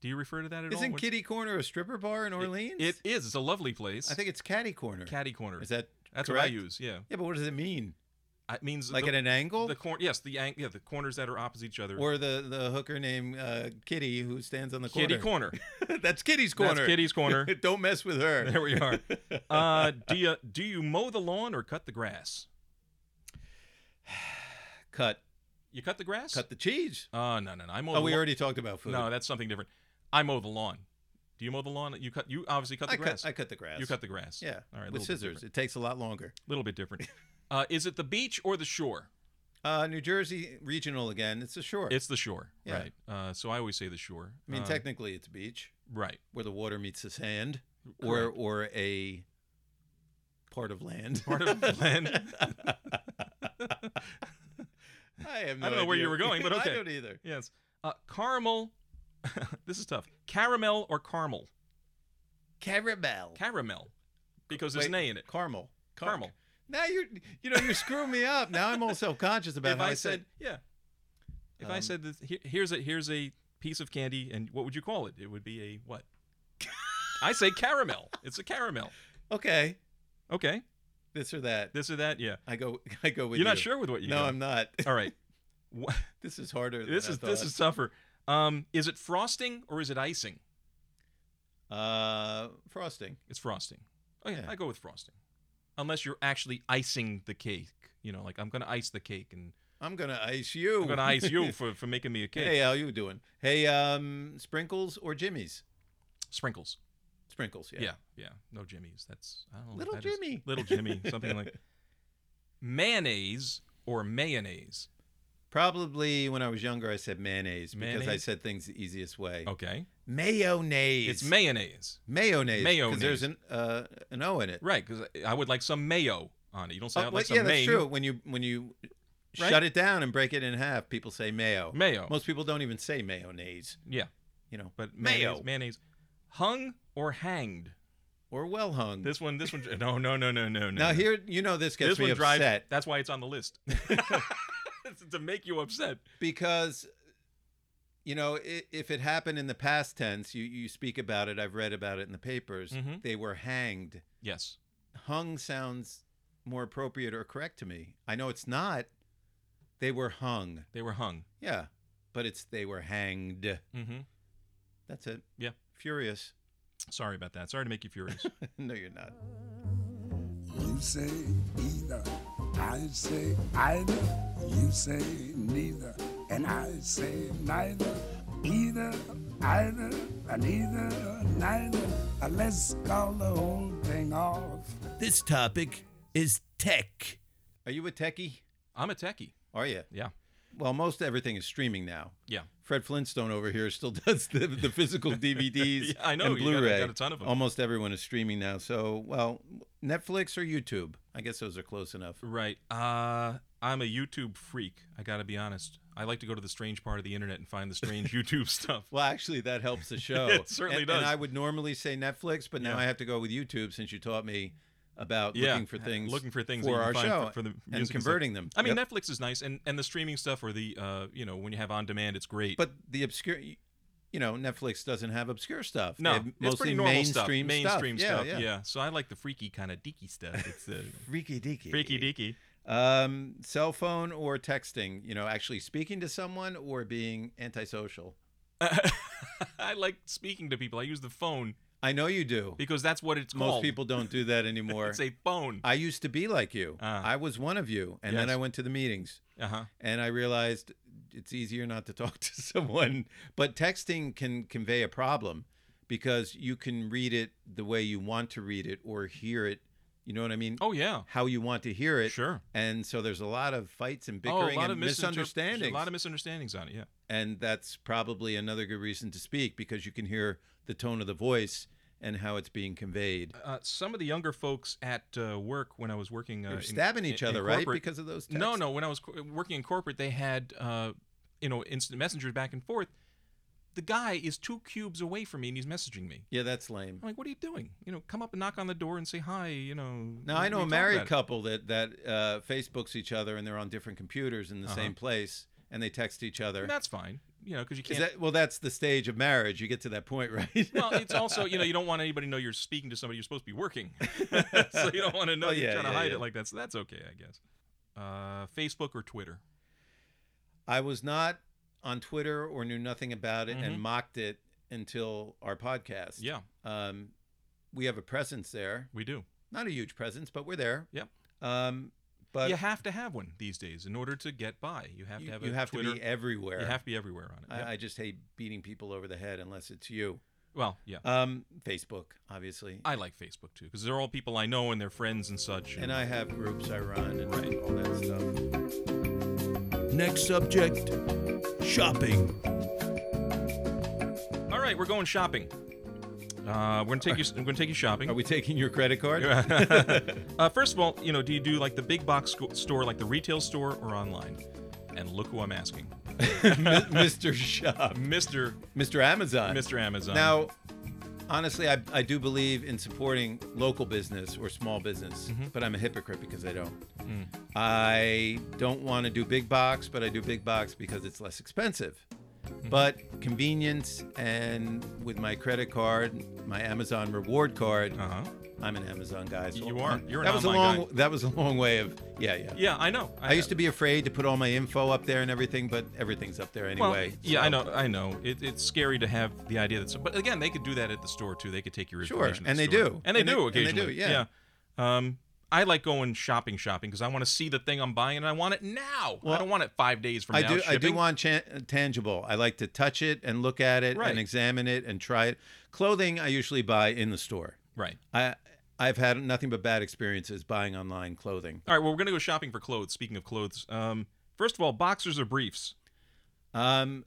[SPEAKER 4] Do you refer to that at all?
[SPEAKER 3] Isn't
[SPEAKER 4] What's-
[SPEAKER 3] Kitty Corner a stripper bar in Orleans?
[SPEAKER 4] It is. It's a lovely place.
[SPEAKER 3] I think it's Catty Corner.
[SPEAKER 4] catty corner.
[SPEAKER 3] Is that
[SPEAKER 4] That's
[SPEAKER 3] correct?
[SPEAKER 4] what I use. Yeah.
[SPEAKER 3] Yeah, but what does it mean?
[SPEAKER 4] It means
[SPEAKER 3] Like
[SPEAKER 4] the,
[SPEAKER 3] at an angle?
[SPEAKER 4] the corner. Yes, the ang- yeah the corners that are opposite each other.
[SPEAKER 3] or the, the hooker named uh, Kitty who stands on the corner?
[SPEAKER 4] kitty corner.
[SPEAKER 3] [laughs] That's Kitty's corner.
[SPEAKER 4] That's Kitty's corner.
[SPEAKER 3] [laughs] Don't mess with her.
[SPEAKER 4] There we
[SPEAKER 3] [laughs]
[SPEAKER 4] are. Uh, do you do you mow the lawn or cut the grass?
[SPEAKER 3] Cut.
[SPEAKER 4] You cut the grass?
[SPEAKER 3] Cut the cheese.
[SPEAKER 4] Uh, no, no, no. I mow.
[SPEAKER 3] Oh,
[SPEAKER 4] the
[SPEAKER 3] we
[SPEAKER 4] lawn.
[SPEAKER 3] already talked about food.
[SPEAKER 4] No, that's something different. I mow the lawn. Do you mow the lawn? You cut. You obviously cut the
[SPEAKER 3] I
[SPEAKER 4] grass.
[SPEAKER 3] cut, I cut the grass.
[SPEAKER 4] You cut the grass.
[SPEAKER 3] Yeah.
[SPEAKER 4] All right.
[SPEAKER 3] With scissors. It takes a lot longer.
[SPEAKER 4] A little
[SPEAKER 3] [laughs]
[SPEAKER 4] bit different. Uh, is it the beach or the shore?
[SPEAKER 3] Uh, New Jersey regional again. It's a shore.
[SPEAKER 4] It's the shore,
[SPEAKER 3] Yeah.
[SPEAKER 4] right? Uh, so I always say the shore.
[SPEAKER 3] I mean,
[SPEAKER 4] Uh,
[SPEAKER 3] technically, it's a beach
[SPEAKER 4] right.
[SPEAKER 3] where the water meets the sand, or
[SPEAKER 4] Correct.
[SPEAKER 3] or a part of land.
[SPEAKER 4] Part of
[SPEAKER 3] [laughs]
[SPEAKER 4] the land.
[SPEAKER 3] I have no
[SPEAKER 4] I don't know where
[SPEAKER 3] idea.
[SPEAKER 4] you were going, but okay.
[SPEAKER 3] [laughs] I don't either.
[SPEAKER 4] yes. Uh, caramel. [laughs] this is tough. Caramel or caramel?
[SPEAKER 3] Caramel.
[SPEAKER 4] Caramel, because there's an
[SPEAKER 3] Wait,
[SPEAKER 4] A in it.
[SPEAKER 3] Caramel. Car-
[SPEAKER 4] Caramel.
[SPEAKER 3] Now you're, you know, you're screwing me up. Now
[SPEAKER 4] [laughs]
[SPEAKER 3] I'm all self-conscious about
[SPEAKER 4] if
[SPEAKER 3] how
[SPEAKER 4] I,
[SPEAKER 3] I
[SPEAKER 4] said, yeah, if I
[SPEAKER 3] Um,
[SPEAKER 4] said that here, here's a here's a piece of candy, and what would you call it? It would be a
[SPEAKER 3] [laughs]
[SPEAKER 4] what? I say caramel. It's a caramel.
[SPEAKER 3] okay,
[SPEAKER 4] Okay,
[SPEAKER 3] this or that.
[SPEAKER 4] this or that. Yeah,
[SPEAKER 3] I go, I go with
[SPEAKER 4] you're
[SPEAKER 3] you.
[SPEAKER 4] not sure with what you.
[SPEAKER 3] No,
[SPEAKER 4] go.
[SPEAKER 3] I'm [laughs] not.
[SPEAKER 4] All right. Wha-
[SPEAKER 3] This is harder. Than
[SPEAKER 4] this
[SPEAKER 3] I
[SPEAKER 4] is this
[SPEAKER 3] thought.
[SPEAKER 4] is tougher. Um, is it frosting or is it icing?
[SPEAKER 3] uh frosting.
[SPEAKER 4] It's frosting. Oh yeah,
[SPEAKER 3] Yeah.
[SPEAKER 4] I go with frosting, unless you're actually icing the cake. You know, like I'm gonna ice the cake, and
[SPEAKER 3] I'm gonna ice you.
[SPEAKER 4] I'm gonna ice
[SPEAKER 3] [laughs]
[SPEAKER 4] you for for making me a cake.
[SPEAKER 3] Hey, uh, how you doing? Hey, um, sprinkles or jimmies?
[SPEAKER 4] Sprinkles.
[SPEAKER 3] Sprinkles. Yeah.
[SPEAKER 4] Yeah, yeah. No Jimmy's. That's I don't know.
[SPEAKER 3] Little
[SPEAKER 4] that is-
[SPEAKER 3] Jimmy.
[SPEAKER 4] little Jimmy. Something like [laughs] mayonnaise or mayonnaise.
[SPEAKER 3] Probably when I was younger, I said mayonnaise, because I
[SPEAKER 4] Mayonnaise?
[SPEAKER 3] said things the easiest way.
[SPEAKER 4] Okay.
[SPEAKER 3] Mayonnaise.
[SPEAKER 4] It's mayonnaise,
[SPEAKER 3] mayonnaise.
[SPEAKER 4] Mayonnaise.
[SPEAKER 3] Because there's an uh, an O in it.
[SPEAKER 4] right? Because I would like some mayo on it. You don't say
[SPEAKER 3] Oh,
[SPEAKER 4] I would
[SPEAKER 3] well,
[SPEAKER 4] like some
[SPEAKER 3] yeah, that's
[SPEAKER 4] mayo.
[SPEAKER 3] true. When you when you
[SPEAKER 4] Right?
[SPEAKER 3] shut it down and break it in half, people say mayo.
[SPEAKER 4] Mayo.
[SPEAKER 3] Most people don't even say mayonnaise.
[SPEAKER 4] Yeah,
[SPEAKER 3] You know,
[SPEAKER 4] but
[SPEAKER 3] mayo
[SPEAKER 4] mayonnaise, mayonnaise, hung or hanged.
[SPEAKER 3] or well hung.
[SPEAKER 4] This one, this one. [laughs] No, no, no, no, no, no.
[SPEAKER 3] now
[SPEAKER 4] no.
[SPEAKER 3] here, you know, this gets
[SPEAKER 4] this
[SPEAKER 3] me
[SPEAKER 4] one
[SPEAKER 3] upset
[SPEAKER 4] drives. That's why it's on the list. [laughs] It's to make you upset.
[SPEAKER 3] because. You know, i- if it happened in the past tense, you, you speak about it. I've read about it in the papers.
[SPEAKER 4] Mhm.
[SPEAKER 3] They were hanged.
[SPEAKER 4] Yes.
[SPEAKER 3] hung sounds more appropriate or correct to me. I know it's not. They were hung.
[SPEAKER 4] They were hung.
[SPEAKER 3] Yeah. But it's they were hanged.
[SPEAKER 4] Mm-hmm.
[SPEAKER 3] That's it.
[SPEAKER 4] Yeah.
[SPEAKER 3] Furious. [laughs]
[SPEAKER 4] Sorry about that. Sorry to make you furious.
[SPEAKER 3] no, you're not.
[SPEAKER 10] You say either. I say either. You say neither. And I say neither. Either, either, and either, neither. Uh, Let's call the whole thing off.
[SPEAKER 5] This topic is tech.
[SPEAKER 3] Are you a techie?
[SPEAKER 4] I'm a techie.
[SPEAKER 3] Are you?
[SPEAKER 4] Yeah.
[SPEAKER 3] well, most everything is streaming now.
[SPEAKER 4] Yeah.
[SPEAKER 3] Fred Flintstone over here still [laughs] does the, the physical DVDs
[SPEAKER 4] [laughs] Yeah, I know,
[SPEAKER 3] and
[SPEAKER 4] you got-
[SPEAKER 3] Blu-ray.
[SPEAKER 4] got a ton of 'em.
[SPEAKER 3] Almost everyone is streaming now. So, well, Netflix or YouTube. I guess those are close enough.
[SPEAKER 4] Right. Uh, I'm a YouTube freak. I got to be honest. I like to go to the strange part of the internet and find
[SPEAKER 3] [laughs]
[SPEAKER 4] the strange YouTube stuff.
[SPEAKER 3] Well, actually, that helps the show.
[SPEAKER 4] [laughs] It certainly
[SPEAKER 3] and,
[SPEAKER 4] does.
[SPEAKER 3] And I would normally say Netflix, but now
[SPEAKER 4] Yeah.
[SPEAKER 3] I have to go with YouTube since you taught me about
[SPEAKER 4] Yeah, uh,
[SPEAKER 3] looking for things,
[SPEAKER 4] looking for things that
[SPEAKER 3] for
[SPEAKER 4] you
[SPEAKER 3] our
[SPEAKER 4] can find
[SPEAKER 3] show
[SPEAKER 4] for- for the music and
[SPEAKER 3] and
[SPEAKER 4] stuff.
[SPEAKER 3] converting them.
[SPEAKER 4] I mean,
[SPEAKER 3] Yep.
[SPEAKER 4] Netflix is nice, and and the streaming stuff or the uh, you know, when you have on demand, it's great.
[SPEAKER 3] but the obscure, you know, Netflix doesn't have obscure stuff.
[SPEAKER 4] no,
[SPEAKER 3] They have
[SPEAKER 4] it's
[SPEAKER 3] mostly
[SPEAKER 4] pretty normal
[SPEAKER 3] mainstream
[SPEAKER 4] stuff. Mainstream
[SPEAKER 3] Yeah,
[SPEAKER 4] stuff.
[SPEAKER 3] yeah.
[SPEAKER 4] So I like the freaky kind of deaky stuff. It's uh,
[SPEAKER 3] [laughs] Freaky deaky.
[SPEAKER 4] freaky deaky.
[SPEAKER 3] Um, cell phone or texting. You know, actually speaking to someone or being antisocial.
[SPEAKER 4] [laughs] I like speaking to people. I use the phone
[SPEAKER 3] I know you do.
[SPEAKER 4] because that's what it's
[SPEAKER 3] Most
[SPEAKER 4] called.
[SPEAKER 3] people don't do
[SPEAKER 4] [laughs]
[SPEAKER 3] that anymore.
[SPEAKER 4] it's a phone.
[SPEAKER 3] I used to be like you.
[SPEAKER 4] Ah.
[SPEAKER 3] I was one of you, and then
[SPEAKER 4] Yes.
[SPEAKER 3] I went to the meetings.
[SPEAKER 4] Uh huh.
[SPEAKER 3] and I realized it's easier not to [laughs] talk to someone. But texting can convey a problem because you can read it the way you want to read it or hear it. You know what I mean?
[SPEAKER 4] Oh yeah.
[SPEAKER 3] How you want to hear it.
[SPEAKER 4] Sure.
[SPEAKER 3] And so there's a lot of fights and
[SPEAKER 4] Oh, a
[SPEAKER 3] bickering
[SPEAKER 4] lot
[SPEAKER 3] and
[SPEAKER 4] of misinterp-
[SPEAKER 3] misunderstandings.
[SPEAKER 4] A lot of misunderstandings on it. Yeah.
[SPEAKER 3] and that's probably another good reason to speak because you can hear the tone of the voice and how it's being conveyed.
[SPEAKER 4] uh, some of the younger folks at uh, work when I was working uh,
[SPEAKER 3] They're
[SPEAKER 4] in-
[SPEAKER 3] stabbing each
[SPEAKER 4] in- in
[SPEAKER 3] other, right?
[SPEAKER 4] corporate-
[SPEAKER 3] Because of those texts.
[SPEAKER 4] no, no. When I was co- working in corporate, they had uh, you know instant messengers back and forth. The guy is two cubes away from me, and he's messaging me.
[SPEAKER 3] Yeah, that's lame.
[SPEAKER 4] I'm like, "What are you doing? You know, come up and knock on the door and say hi." You know.
[SPEAKER 3] Now I
[SPEAKER 4] we-
[SPEAKER 3] know
[SPEAKER 4] we
[SPEAKER 3] a
[SPEAKER 4] talk
[SPEAKER 3] married
[SPEAKER 4] about it."
[SPEAKER 3] couple that that uh, Facebooks each other and they're on different computers in the same place and they text each other.
[SPEAKER 4] And that's fine, you know, because you
[SPEAKER 3] Is
[SPEAKER 4] can't.
[SPEAKER 3] that well? That's the stage of marriage. You get to that point, [laughs] right?
[SPEAKER 4] well, it's also you know you don't want anybody to know you're speaking to somebody you're supposed to be working, [laughs] so you don't want to know
[SPEAKER 3] Oh,
[SPEAKER 4] you're
[SPEAKER 3] yeah,
[SPEAKER 4] trying to
[SPEAKER 3] yeah,
[SPEAKER 4] hide
[SPEAKER 3] yeah.
[SPEAKER 4] it like that. So that's okay, I guess. Uh, Facebook or Twitter?
[SPEAKER 3] [laughs] I was not on Twitter or knew nothing about it and mocked it until our podcast.
[SPEAKER 4] Yeah,
[SPEAKER 3] Um, we have a presence there,
[SPEAKER 4] we do.
[SPEAKER 3] not a huge presence, but we're there.
[SPEAKER 4] Yep.
[SPEAKER 3] Um, but
[SPEAKER 4] you have to have one these days in order to get by. You have
[SPEAKER 3] you,
[SPEAKER 4] to have
[SPEAKER 3] you
[SPEAKER 4] a
[SPEAKER 3] have
[SPEAKER 4] Twitter.
[SPEAKER 3] to be everywhere.
[SPEAKER 4] You have to be everywhere on it. Yep.
[SPEAKER 3] I, I just hate beating people over the head unless it's you.
[SPEAKER 4] well, yeah.
[SPEAKER 3] Um, Facebook, obviously.
[SPEAKER 4] I like Facebook too because they're all people I know and their friends and such.
[SPEAKER 3] and uh, I have groups I run and
[SPEAKER 4] Right.
[SPEAKER 3] all that stuff.
[SPEAKER 5] Next subject shopping.
[SPEAKER 4] all right, we're going shopping. Uh, we're gonna take you. I'm gonna take you shopping.
[SPEAKER 3] Are we taking your credit
[SPEAKER 4] [laughs]
[SPEAKER 3] card?
[SPEAKER 4] uh, first of all, you know, do you do like the big box sco- store, like the retail store, or online? And look who
[SPEAKER 3] [laughs]
[SPEAKER 4] I'm asking,
[SPEAKER 3] Mr. Shop.
[SPEAKER 4] Mister
[SPEAKER 3] Mr. Amazon.
[SPEAKER 4] Mister Amazon.
[SPEAKER 3] Now, honestly, I, I do believe in supporting local business or small business,
[SPEAKER 4] Mm-hmm.
[SPEAKER 3] but I'm a hypocrite because I don't.
[SPEAKER 4] Mm.
[SPEAKER 3] I don't want to do big box, but I do big box because it's less expensive.
[SPEAKER 4] Mm-hmm.
[SPEAKER 3] But convenience and with my credit card, my Amazon reward card,
[SPEAKER 4] Uh huh.
[SPEAKER 3] I'm an Amazon guy. So
[SPEAKER 4] You are. You're an
[SPEAKER 3] that was a
[SPEAKER 4] online
[SPEAKER 3] long.
[SPEAKER 4] guy.
[SPEAKER 3] That was a long way of. Yeah, yeah.
[SPEAKER 4] Yeah, I know.
[SPEAKER 3] I used to be afraid to put all my info up there and everything, but everything's up there
[SPEAKER 4] Well,
[SPEAKER 3] anyway.
[SPEAKER 4] yeah, I
[SPEAKER 3] so-
[SPEAKER 4] know, I know. It, it's scary to have the idea that. Some, but again, they could do that at the store too. They could take your
[SPEAKER 3] Sure,
[SPEAKER 4] information. to the
[SPEAKER 3] and they
[SPEAKER 4] store.
[SPEAKER 3] do.
[SPEAKER 4] and they
[SPEAKER 3] And they-
[SPEAKER 4] do
[SPEAKER 3] and they do,
[SPEAKER 4] occasionally.
[SPEAKER 3] yeah.
[SPEAKER 4] yeah. Um, I like going shopping, shopping because I want to see the thing I'm buying and I want it now. I
[SPEAKER 3] Well,
[SPEAKER 4] don't want it five days from
[SPEAKER 3] I
[SPEAKER 4] now.
[SPEAKER 3] do. I do
[SPEAKER 4] shipping.
[SPEAKER 3] want chan uh, tangible. I like to touch it and look at it
[SPEAKER 4] Right.
[SPEAKER 3] and examine it and try it. Clothing, I usually buy in the store.
[SPEAKER 4] Right.
[SPEAKER 3] I I've had nothing but bad experiences buying online clothing.
[SPEAKER 4] All right. Well, we're gonna go shopping for clothes. Speaking of clothes, um, first of all, boxers or briefs?
[SPEAKER 3] Um,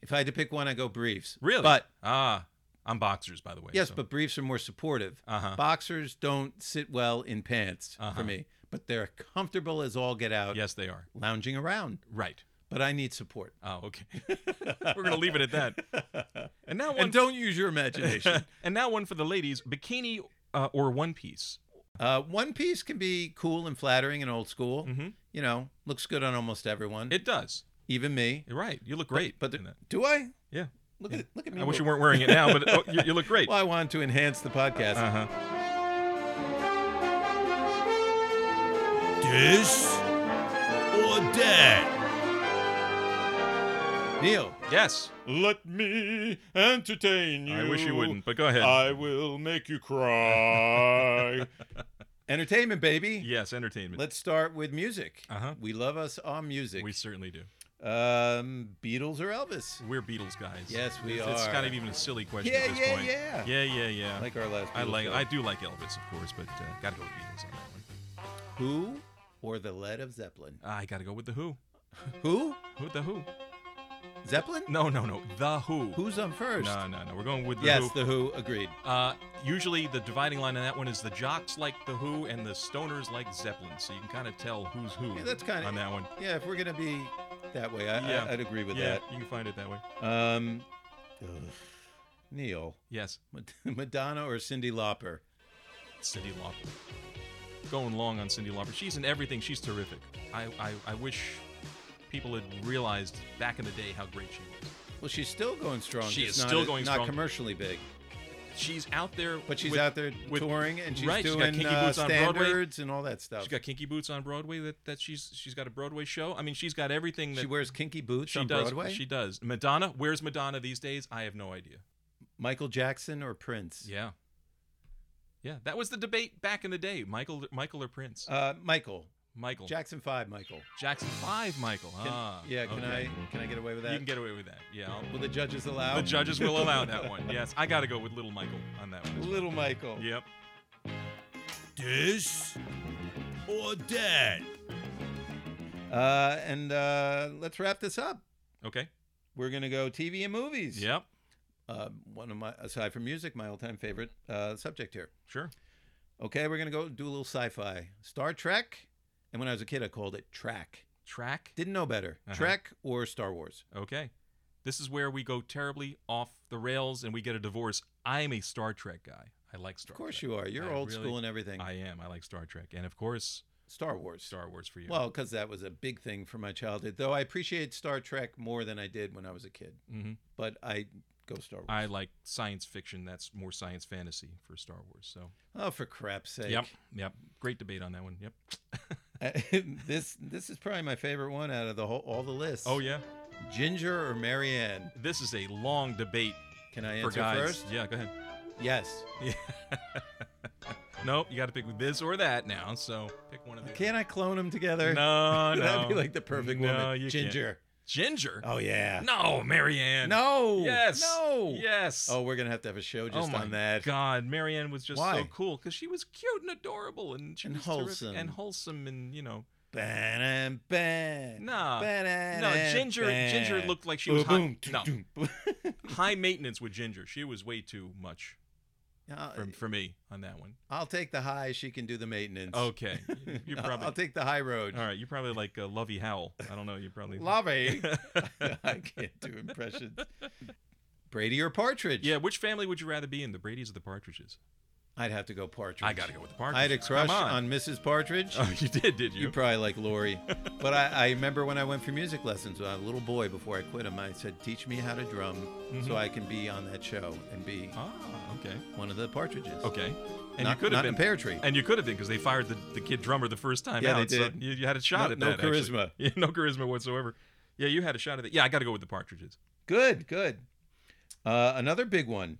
[SPEAKER 3] if I had to pick one, I go briefs.
[SPEAKER 4] Really?
[SPEAKER 3] But
[SPEAKER 4] ah, I'm boxers, by the way.
[SPEAKER 3] yes,
[SPEAKER 4] so-
[SPEAKER 3] but briefs are more supportive.
[SPEAKER 4] Uh-huh.
[SPEAKER 3] Boxers don't sit well in pants
[SPEAKER 4] Uh-huh.
[SPEAKER 3] for me, but they're comfortable as all get out.
[SPEAKER 4] yes, they are.
[SPEAKER 3] Lounging around,
[SPEAKER 4] Right.
[SPEAKER 3] but I need support.
[SPEAKER 4] Oh,
[SPEAKER 3] [laughs]
[SPEAKER 4] okay. we're gonna leave it at that. And now one.
[SPEAKER 3] And don't use your imagination.
[SPEAKER 4] [laughs] and now one for the ladies: bikini uh, or one piece.
[SPEAKER 3] uh, One Piece can be cool and flattering and old school. You know, looks good on almost everyone,
[SPEAKER 4] Mm-hmm. It does.
[SPEAKER 3] even me.
[SPEAKER 4] You're right. You look great.
[SPEAKER 3] But the-
[SPEAKER 4] in that.
[SPEAKER 3] do I?
[SPEAKER 4] yeah.
[SPEAKER 3] Look at look at me.
[SPEAKER 4] I wish you weren't wearing it now, but oh, you, you look
[SPEAKER 3] [laughs]
[SPEAKER 4] great.
[SPEAKER 3] Well, I wanted to enhance the podcast.
[SPEAKER 4] Uh-huh.
[SPEAKER 5] This or that?
[SPEAKER 3] Neil,
[SPEAKER 4] Yes.
[SPEAKER 1] Let me entertain you.
[SPEAKER 4] I wish you wouldn't, but go ahead.
[SPEAKER 1] I will make you cry.
[SPEAKER 3] [laughs] entertainment, baby.
[SPEAKER 4] yes, entertainment.
[SPEAKER 3] Let's start with music.
[SPEAKER 4] Uh-huh.
[SPEAKER 3] We love us on music.
[SPEAKER 4] we certainly do.
[SPEAKER 3] Um, Beatles or Elvis?
[SPEAKER 4] We're Beatles guys.
[SPEAKER 3] Yes, we
[SPEAKER 4] it's, It's
[SPEAKER 3] are.
[SPEAKER 4] kind of even a silly question
[SPEAKER 3] Yeah,
[SPEAKER 4] at this
[SPEAKER 3] yeah,
[SPEAKER 4] point.
[SPEAKER 3] yeah.
[SPEAKER 4] Yeah, yeah, yeah.
[SPEAKER 3] Like our last.
[SPEAKER 4] I
[SPEAKER 3] Beatles
[SPEAKER 4] like.
[SPEAKER 3] show.
[SPEAKER 4] I do like Elvis, of course, but uh, gotta go with Beatles on that one.
[SPEAKER 3] Who or the Lead of Zeppelin?
[SPEAKER 4] I gotta go with the Who.
[SPEAKER 3] Who?
[SPEAKER 4] Who the Who?
[SPEAKER 3] Zeppelin?
[SPEAKER 4] No, no, no. The Who.
[SPEAKER 3] Who's on first?
[SPEAKER 4] No, no, no. We're going with the
[SPEAKER 3] yes,
[SPEAKER 4] Who.
[SPEAKER 3] the Who. Agreed.
[SPEAKER 4] Uh, usually, the dividing line on that one is the jocks like the Who and the stoners like Zeppelin. So you can kind of tell who's who.
[SPEAKER 3] Yeah, that's kind of
[SPEAKER 4] on that one.
[SPEAKER 3] Yeah, if we're gonna be that way, I,
[SPEAKER 4] Yeah.
[SPEAKER 3] I, I'd agree with
[SPEAKER 4] yeah, you can find it that way.
[SPEAKER 3] that. Um, ugh. Neil,
[SPEAKER 4] Yes,
[SPEAKER 3] Mad- [laughs] Madonna or Cindy Lauper?
[SPEAKER 4] Cindy Lauper. Going long on Cindy Lauper. She's in everything. She's terrific. I, I, I wish people had realized back in the day how great she was.
[SPEAKER 3] Well, she's still going strong.
[SPEAKER 4] She
[SPEAKER 3] just
[SPEAKER 4] is
[SPEAKER 3] not,
[SPEAKER 4] still going
[SPEAKER 3] not
[SPEAKER 4] strong.
[SPEAKER 3] commercially big,
[SPEAKER 4] She's out there,
[SPEAKER 3] but she's
[SPEAKER 4] with-
[SPEAKER 3] out there
[SPEAKER 4] with-
[SPEAKER 3] touring and she's
[SPEAKER 4] right, she's got
[SPEAKER 3] doing
[SPEAKER 4] Kinky
[SPEAKER 3] uh,
[SPEAKER 4] Boots on Broadway.
[SPEAKER 3] standards and all that stuff.
[SPEAKER 4] She's got Kinky Boots on Broadway. That, that she's she's got a Broadway show. I mean, she's got everything that
[SPEAKER 3] she wears kinky boots
[SPEAKER 4] she
[SPEAKER 3] on
[SPEAKER 4] does.
[SPEAKER 3] Broadway.
[SPEAKER 4] She does. Madonna. Where's Madonna these days? I have no idea.
[SPEAKER 3] Michael Jackson or Prince?
[SPEAKER 4] Yeah. Yeah, that was the debate back in the day. Michael, Michael or Prince?
[SPEAKER 3] Uh, Michael
[SPEAKER 4] Michael.
[SPEAKER 3] Jackson Five. Michael.
[SPEAKER 4] Jackson Five. Michael.
[SPEAKER 3] Can-
[SPEAKER 4] ah,
[SPEAKER 3] yeah. Can
[SPEAKER 4] okay.
[SPEAKER 3] I can I get away with that?
[SPEAKER 4] You can get away with that. Yeah. I'll-
[SPEAKER 3] Will the judges allow?
[SPEAKER 4] The judges will allow that one. Yes, I got to go with Little Michael on that one.
[SPEAKER 3] [laughs] Little Michael.
[SPEAKER 4] Yep.
[SPEAKER 5] This or that?
[SPEAKER 3] Uh, and uh, let's wrap this up.
[SPEAKER 4] Okay.
[SPEAKER 3] We're gonna go TV and movies.
[SPEAKER 4] Yep.
[SPEAKER 3] Uh, one of my aside from music, my all-time favorite uh, subject here.
[SPEAKER 4] Sure.
[SPEAKER 3] Okay, we're gonna go do a little sci-fi. Star Trek, and when I was a kid, I called it Track.
[SPEAKER 4] Track.
[SPEAKER 3] Didn't know better.
[SPEAKER 4] Uh-huh.
[SPEAKER 3] Trek or Star Wars.
[SPEAKER 4] Okay. This is where we go terribly off the rails and we get a divorce. I'm a Star Trek guy. I like Star
[SPEAKER 3] Of
[SPEAKER 4] Trek.
[SPEAKER 3] course you are. You're
[SPEAKER 4] I
[SPEAKER 3] old
[SPEAKER 4] really-
[SPEAKER 3] school and everything.
[SPEAKER 4] I am. I like Star Trek. And of course,
[SPEAKER 3] Star Wars.
[SPEAKER 4] Star Wars for you.
[SPEAKER 3] Well, because that was a big thing for my childhood. Though I appreciate Star Trek more than I did when I was a kid.
[SPEAKER 4] Mhm.
[SPEAKER 3] But I go Star Wars.
[SPEAKER 4] I like science fiction. That's more science fantasy for Star Wars. So,
[SPEAKER 3] Oh, for crap's sake!
[SPEAKER 4] yep. Yep. Great debate on that one. Yep. [laughs]
[SPEAKER 3] [laughs] this this is probably my favorite one out of the whole all the lists.
[SPEAKER 4] Oh, yeah.
[SPEAKER 3] Ginger or Marianne?
[SPEAKER 4] This is a long debate
[SPEAKER 3] Can I
[SPEAKER 4] for
[SPEAKER 3] answer
[SPEAKER 4] guys.
[SPEAKER 3] first?
[SPEAKER 4] Yeah, go ahead.
[SPEAKER 3] Yes.
[SPEAKER 4] Nope, you got to pick this or that now. So pick one of these.
[SPEAKER 3] Can I clone them together?
[SPEAKER 4] No,
[SPEAKER 3] [laughs]
[SPEAKER 4] no.
[SPEAKER 3] That'd be like the perfect
[SPEAKER 4] No,
[SPEAKER 3] woman.
[SPEAKER 4] you can't.
[SPEAKER 3] Ginger.
[SPEAKER 4] Ginger.
[SPEAKER 3] Oh yeah.
[SPEAKER 4] No, Marianne.
[SPEAKER 3] No.
[SPEAKER 4] Yes.
[SPEAKER 3] No.
[SPEAKER 4] Yes.
[SPEAKER 3] Oh, we're gonna have to have a show
[SPEAKER 4] Oh
[SPEAKER 3] just
[SPEAKER 4] my
[SPEAKER 3] on that.
[SPEAKER 4] God, Marianne was just
[SPEAKER 3] Why?
[SPEAKER 4] so cool because she was cute and adorable and she
[SPEAKER 3] And
[SPEAKER 4] was terrific
[SPEAKER 3] wholesome.
[SPEAKER 4] and wholesome and you know.
[SPEAKER 3] Ba-dum, ba,
[SPEAKER 4] Nah.
[SPEAKER 3] ba-dum,
[SPEAKER 4] No, Ginger-
[SPEAKER 3] ba.
[SPEAKER 4] Ginger looked like she was
[SPEAKER 3] Ba-boom,
[SPEAKER 4] hot-
[SPEAKER 3] doo-doom,
[SPEAKER 4] [laughs]
[SPEAKER 3] boom.
[SPEAKER 4] High maintenance with Ginger. She was way too much
[SPEAKER 3] I'll-
[SPEAKER 4] for, for me on that one.
[SPEAKER 3] I'll take the high. She can do the maintenance.
[SPEAKER 4] Okay,
[SPEAKER 3] [laughs]
[SPEAKER 4] you
[SPEAKER 3] I'll-
[SPEAKER 4] probably
[SPEAKER 3] I'll take the high road.
[SPEAKER 4] all right. You probably like uh, Lovey Howell. I don't know. You probably
[SPEAKER 3] Lave.
[SPEAKER 4] [laughs]
[SPEAKER 3] [laughs] I can't do impressions. Brady or Partridge?
[SPEAKER 4] Yeah. Which family would you rather be in, the Brady's or
[SPEAKER 3] [laughs]
[SPEAKER 4] the Partridges?
[SPEAKER 3] I'd have to go Partridge.
[SPEAKER 4] I gotta go with the
[SPEAKER 3] I had a
[SPEAKER 4] Partridges.
[SPEAKER 3] crush
[SPEAKER 4] Come
[SPEAKER 3] on.
[SPEAKER 4] on.
[SPEAKER 3] Mrs. Partridge.
[SPEAKER 4] [laughs] Oh, you did, did you?
[SPEAKER 3] You probably like
[SPEAKER 4] [laughs]
[SPEAKER 3] Lori. but I, I remember when I went for music lessons when I was a little boy before I quit them, I said, Teach me how to drum
[SPEAKER 4] Mm-hmm.
[SPEAKER 3] so I can be on that show and be
[SPEAKER 4] ah, okay.
[SPEAKER 3] one of the Partridges.
[SPEAKER 4] Okay. And
[SPEAKER 3] Not-
[SPEAKER 4] you could
[SPEAKER 3] not
[SPEAKER 4] have
[SPEAKER 3] in
[SPEAKER 4] been
[SPEAKER 3] a pear tree.
[SPEAKER 4] And you could have been because they fired the, the kid drummer the first time
[SPEAKER 3] Yeah,
[SPEAKER 4] out.
[SPEAKER 3] they
[SPEAKER 4] so
[SPEAKER 3] did.
[SPEAKER 4] you, you had a shot
[SPEAKER 3] No-
[SPEAKER 4] at
[SPEAKER 3] no
[SPEAKER 4] that. actually.
[SPEAKER 3] charisma.
[SPEAKER 4] [laughs] Yeah, no charisma whatsoever. Yeah, you had a shot at that. Yeah, I got to go with the Partridges.
[SPEAKER 3] Good, good. Uh, another big one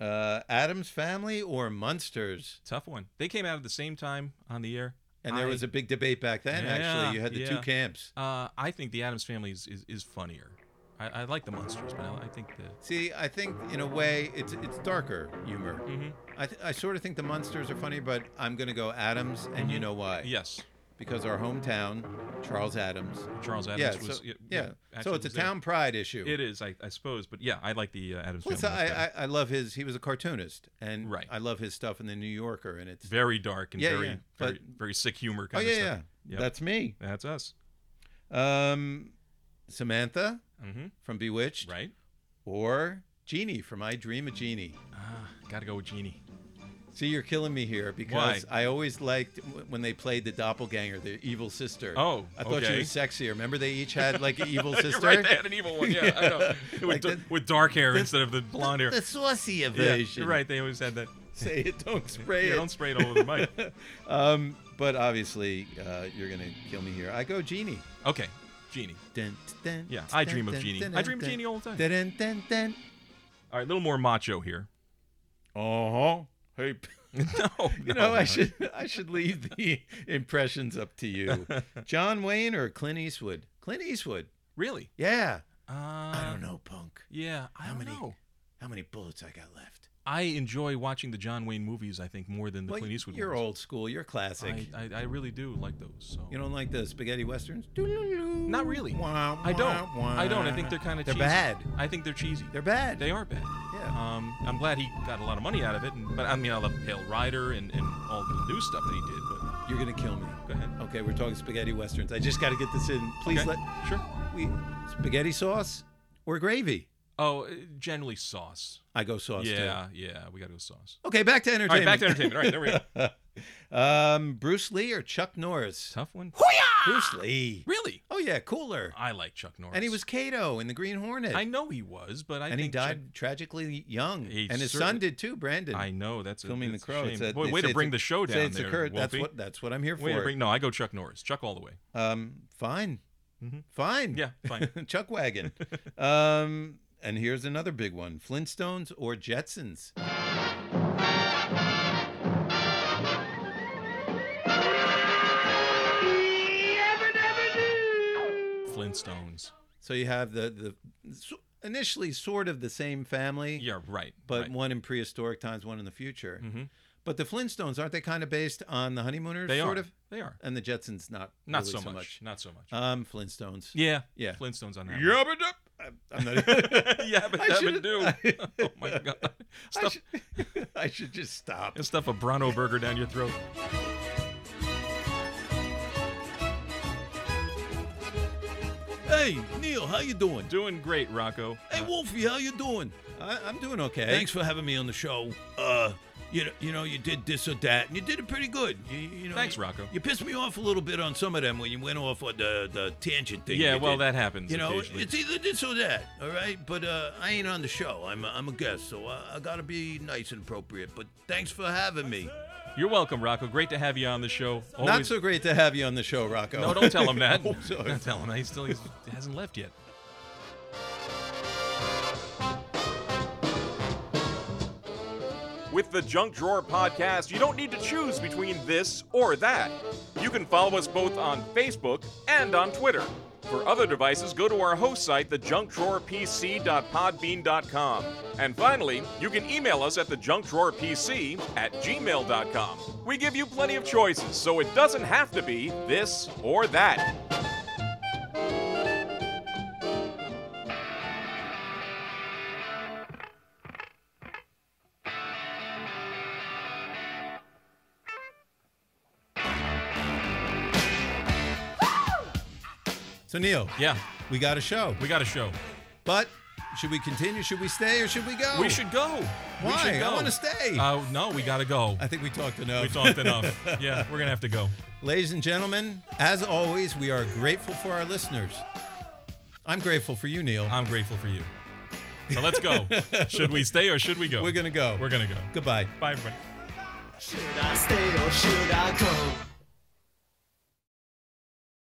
[SPEAKER 3] uh, Adam's Family or Munsters?
[SPEAKER 4] Tough one. They came out at the same time on the air.
[SPEAKER 3] And there
[SPEAKER 4] I-
[SPEAKER 3] was a big debate back then,
[SPEAKER 4] Yeah,
[SPEAKER 3] actually. You had the two
[SPEAKER 4] yeah.
[SPEAKER 3] camps.
[SPEAKER 4] Uh, I think the Adams Family is is, is funnier. I, I like the monsters, but I, I think the
[SPEAKER 3] See, I think in a way it's it's darker humor.
[SPEAKER 4] Mm-hmm.
[SPEAKER 3] I, th- I sort of think the Munsters are funny, but I'm gonna go Adams, and
[SPEAKER 4] Mm-hmm.
[SPEAKER 3] you know why?
[SPEAKER 4] yes,
[SPEAKER 3] because our hometown, Charles Adams.
[SPEAKER 4] Charles
[SPEAKER 3] yeah,
[SPEAKER 4] Adams
[SPEAKER 3] so,
[SPEAKER 4] was
[SPEAKER 3] yeah, So
[SPEAKER 4] actually
[SPEAKER 3] it's a
[SPEAKER 4] was there.
[SPEAKER 3] town pride issue.
[SPEAKER 4] It is, I, I suppose, but yeah, I like the uh, Adams
[SPEAKER 3] Plus,
[SPEAKER 4] Family.
[SPEAKER 3] I,
[SPEAKER 4] much better.
[SPEAKER 3] I I love his. He was a cartoonist, and
[SPEAKER 4] Right.
[SPEAKER 3] I love his stuff in the New Yorker, and it's
[SPEAKER 4] very dark and
[SPEAKER 3] Yeah,
[SPEAKER 4] very
[SPEAKER 3] yeah,
[SPEAKER 4] very,
[SPEAKER 3] but-
[SPEAKER 4] very sick humor
[SPEAKER 3] oh
[SPEAKER 4] kind
[SPEAKER 3] yeah,
[SPEAKER 4] of
[SPEAKER 3] yeah,
[SPEAKER 4] stuff. Yep.
[SPEAKER 3] that's me.
[SPEAKER 4] that's us.
[SPEAKER 3] Um, Samantha
[SPEAKER 4] Mm-hmm.
[SPEAKER 3] from Bewitched,
[SPEAKER 4] Right.
[SPEAKER 3] Or Jeannie from I Dream of Jeannie.
[SPEAKER 4] Ah, gotta go
[SPEAKER 3] [laughs]
[SPEAKER 4] with Genie.
[SPEAKER 3] See, you're killing me here because I always liked w- when they played the doppelganger, the evil sister.
[SPEAKER 4] Oh,
[SPEAKER 3] I thought she
[SPEAKER 4] okay.
[SPEAKER 3] was sexier. Remember, they each had
[SPEAKER 4] [laughs]
[SPEAKER 3] like an evil sister.
[SPEAKER 4] You're right, they had an evil one. Yeah, I know.
[SPEAKER 3] [laughs]
[SPEAKER 4] With,
[SPEAKER 3] Like
[SPEAKER 4] d-
[SPEAKER 3] that-
[SPEAKER 4] with dark hair instead of the blonde hair.
[SPEAKER 6] The saucy of
[SPEAKER 4] yeah,
[SPEAKER 3] version.
[SPEAKER 4] you're right. They always had that.
[SPEAKER 3] [laughs] Say it,
[SPEAKER 4] [laughs]
[SPEAKER 3] don't spray
[SPEAKER 4] Yeah,
[SPEAKER 3] it.
[SPEAKER 4] don't spray it all over the mic.
[SPEAKER 3] [laughs] Um, but obviously, uh, you're gonna kill me here. I go Genie.
[SPEAKER 4] Okay, Genie.
[SPEAKER 3] Dun, dun,
[SPEAKER 4] Yeah, I dream of Genie. I dream of Genie all the time. All right, a little more macho here.
[SPEAKER 3] Uh huh. Hey, [laughs]
[SPEAKER 4] [laughs] no,
[SPEAKER 3] you know I should I should leave the [laughs] impressions up to
[SPEAKER 4] [laughs]
[SPEAKER 3] you. John Wayne or Clint Eastwood? Clint Eastwood.
[SPEAKER 4] really.
[SPEAKER 3] Yeah.
[SPEAKER 4] Uh,
[SPEAKER 3] I don't know, punk.
[SPEAKER 4] Yeah, I
[SPEAKER 3] How
[SPEAKER 4] don't
[SPEAKER 3] many-
[SPEAKER 4] know.
[SPEAKER 3] How many bullets I got left?
[SPEAKER 4] I enjoy watching the John Wayne movies. I think more than the
[SPEAKER 3] Well,
[SPEAKER 4] Clint Eastwood.
[SPEAKER 3] you're
[SPEAKER 4] ones.
[SPEAKER 3] old school. You're classic.
[SPEAKER 4] I, I, I really do like those. So
[SPEAKER 3] you don't like the spaghetti westerns?
[SPEAKER 4] not really.
[SPEAKER 3] Wah,
[SPEAKER 4] I don't.
[SPEAKER 3] wah, wah.
[SPEAKER 4] I don't. I think they're kind of
[SPEAKER 3] They're
[SPEAKER 4] cheesy.
[SPEAKER 3] bad.
[SPEAKER 4] I think they're cheesy.
[SPEAKER 3] They're bad.
[SPEAKER 4] They are bad.
[SPEAKER 3] Yeah.
[SPEAKER 4] Um, I'm glad he got a lot of money out of it, and, but I mean, I love Pale Rider and, and all the new stuff that he did. But
[SPEAKER 3] You're gonna kill me.
[SPEAKER 4] go ahead.
[SPEAKER 3] Okay, we're talking spaghetti westerns. I just got to get this in. Please
[SPEAKER 4] Okay,
[SPEAKER 3] let
[SPEAKER 4] Sure.
[SPEAKER 3] we spaghetti sauce or gravy.
[SPEAKER 4] Oh, uh, generally sauce.
[SPEAKER 3] I go sauce
[SPEAKER 4] yeah, yeah. We got to go sauce.
[SPEAKER 3] too. Okay, back to
[SPEAKER 4] All right,
[SPEAKER 3] entertainment.
[SPEAKER 4] back to entertainment. All right, there we go.
[SPEAKER 3] [laughs] um, Bruce Lee or Chuck Norris?
[SPEAKER 4] Tough one.
[SPEAKER 3] Bruce Lee.
[SPEAKER 4] Really?
[SPEAKER 3] Oh yeah, cooler.
[SPEAKER 4] I like Chuck Norris.
[SPEAKER 3] And he was Kato in the Green Hornet.
[SPEAKER 4] I know he was, but I
[SPEAKER 3] and he
[SPEAKER 4] think Chuck-
[SPEAKER 3] died tragically young.
[SPEAKER 4] He
[SPEAKER 3] and his son
[SPEAKER 4] certainly-
[SPEAKER 3] did too, Brandon.
[SPEAKER 4] I know that's a,
[SPEAKER 3] Filming the
[SPEAKER 4] that's a
[SPEAKER 3] crow.
[SPEAKER 4] shame.
[SPEAKER 3] It's a,
[SPEAKER 4] Boy,
[SPEAKER 3] they
[SPEAKER 4] way
[SPEAKER 3] say
[SPEAKER 4] to bring
[SPEAKER 3] it's a-
[SPEAKER 4] the show
[SPEAKER 3] say
[SPEAKER 4] down
[SPEAKER 3] it's
[SPEAKER 4] there.
[SPEAKER 3] occurred. That's
[SPEAKER 4] Wolfie.
[SPEAKER 3] what that's what I'm here
[SPEAKER 4] Way
[SPEAKER 3] for.
[SPEAKER 4] to bring. No, I go Chuck Norris. Chuck all
[SPEAKER 3] [laughs]
[SPEAKER 4] the way.
[SPEAKER 3] Um, fine, fine.
[SPEAKER 4] Yeah, fine.
[SPEAKER 3] [laughs] Chuck
[SPEAKER 4] [laughs]
[SPEAKER 3] wagon. um, and here's another big one: Flintstones or Jetsons?
[SPEAKER 4] Flintstones.
[SPEAKER 3] So you have the the so- initially sort of the same family,
[SPEAKER 4] Yeah, right.
[SPEAKER 3] but
[SPEAKER 4] right. Mm-hmm.
[SPEAKER 3] one in prehistoric times, one in the future. But the Flintstones aren't they kind of based on the Honeymooners?
[SPEAKER 4] they
[SPEAKER 3] sort
[SPEAKER 4] are.
[SPEAKER 3] of.
[SPEAKER 4] They are.
[SPEAKER 3] And the Jetsons, not
[SPEAKER 4] Not
[SPEAKER 3] really
[SPEAKER 4] so,
[SPEAKER 3] so
[SPEAKER 4] much. Not so much.
[SPEAKER 3] Um, Flintstones.
[SPEAKER 4] yeah.
[SPEAKER 3] yeah.
[SPEAKER 4] Flintstones on that. one.
[SPEAKER 3] Yubba dub. I'm
[SPEAKER 4] [laughs]
[SPEAKER 3] not.
[SPEAKER 4] yeah,
[SPEAKER 3] [laughs]
[SPEAKER 4] but
[SPEAKER 3] I
[SPEAKER 4] that
[SPEAKER 3] should've-
[SPEAKER 4] would do. [laughs] oh my god.
[SPEAKER 3] I
[SPEAKER 4] Stuff
[SPEAKER 3] should, I should [laughs] just stop.
[SPEAKER 4] stuff a Brano burger down your throat.
[SPEAKER 5] Hey, Neil, how you doing?
[SPEAKER 4] Doing great, Rocco. Uh,
[SPEAKER 5] Hey, Wolfie, how you doing?
[SPEAKER 3] I, I'm doing okay.
[SPEAKER 5] Thanks for having me on the show. Uh, you know, you know, you did this or that, and you did it pretty good. You, you know,
[SPEAKER 4] Thanks,
[SPEAKER 5] you-
[SPEAKER 4] Rocco.
[SPEAKER 5] You pissed me off a little bit on some of them when you went off on the the tangent thing.
[SPEAKER 4] [laughs] Yeah,
[SPEAKER 5] you
[SPEAKER 4] well,
[SPEAKER 5] did.
[SPEAKER 4] that happens
[SPEAKER 5] You know,
[SPEAKER 4] occasionally.
[SPEAKER 5] it's either this or that. All right, but uh, I ain't on the show. I'm a, I'm a guest, so I, I gotta be nice and appropriate. But thanks for having me.
[SPEAKER 4] You're welcome, Rocco. Great to have you on the show.
[SPEAKER 3] Not
[SPEAKER 4] Always-
[SPEAKER 3] so great to have you on the show, Rocco.
[SPEAKER 4] No, don't tell him that.
[SPEAKER 3] [laughs] Oh, sorry.
[SPEAKER 4] Don't tell him that. He still he's, hasn't left yet. With the Junk Drawer Podcast, you don't need to choose between this or that. You can follow us both on Facebook and on Twitter. For other devices, go to our host site, thejunkdrawerpc.podbean.com. And finally, you can email us at thejunkdrawerpc at gmail.com. We give you plenty of choices, so it doesn't have to be this or that.
[SPEAKER 3] So Neil,
[SPEAKER 4] Yeah,
[SPEAKER 3] we got a show.
[SPEAKER 4] we got a show.
[SPEAKER 3] But should we continue? Should we stay or should we go?
[SPEAKER 4] We should go.
[SPEAKER 3] Why?
[SPEAKER 4] We should go.
[SPEAKER 3] I want to stay.
[SPEAKER 4] Uh, no, we gotta go.
[SPEAKER 3] I think we talked enough.
[SPEAKER 4] We
[SPEAKER 3] [laughs]
[SPEAKER 4] talked enough. Yeah, we're gonna have to go.
[SPEAKER 3] Ladies and gentlemen, as always, we are grateful for our listeners. I'm grateful for you, Neil.
[SPEAKER 4] I'm grateful for you. So
[SPEAKER 3] [laughs]
[SPEAKER 4] let's go. should we stay or should we go?
[SPEAKER 3] We're gonna go.
[SPEAKER 4] We're gonna go.
[SPEAKER 3] Goodbye.
[SPEAKER 4] Bye, everybody.
[SPEAKER 6] Should I stay or should I go?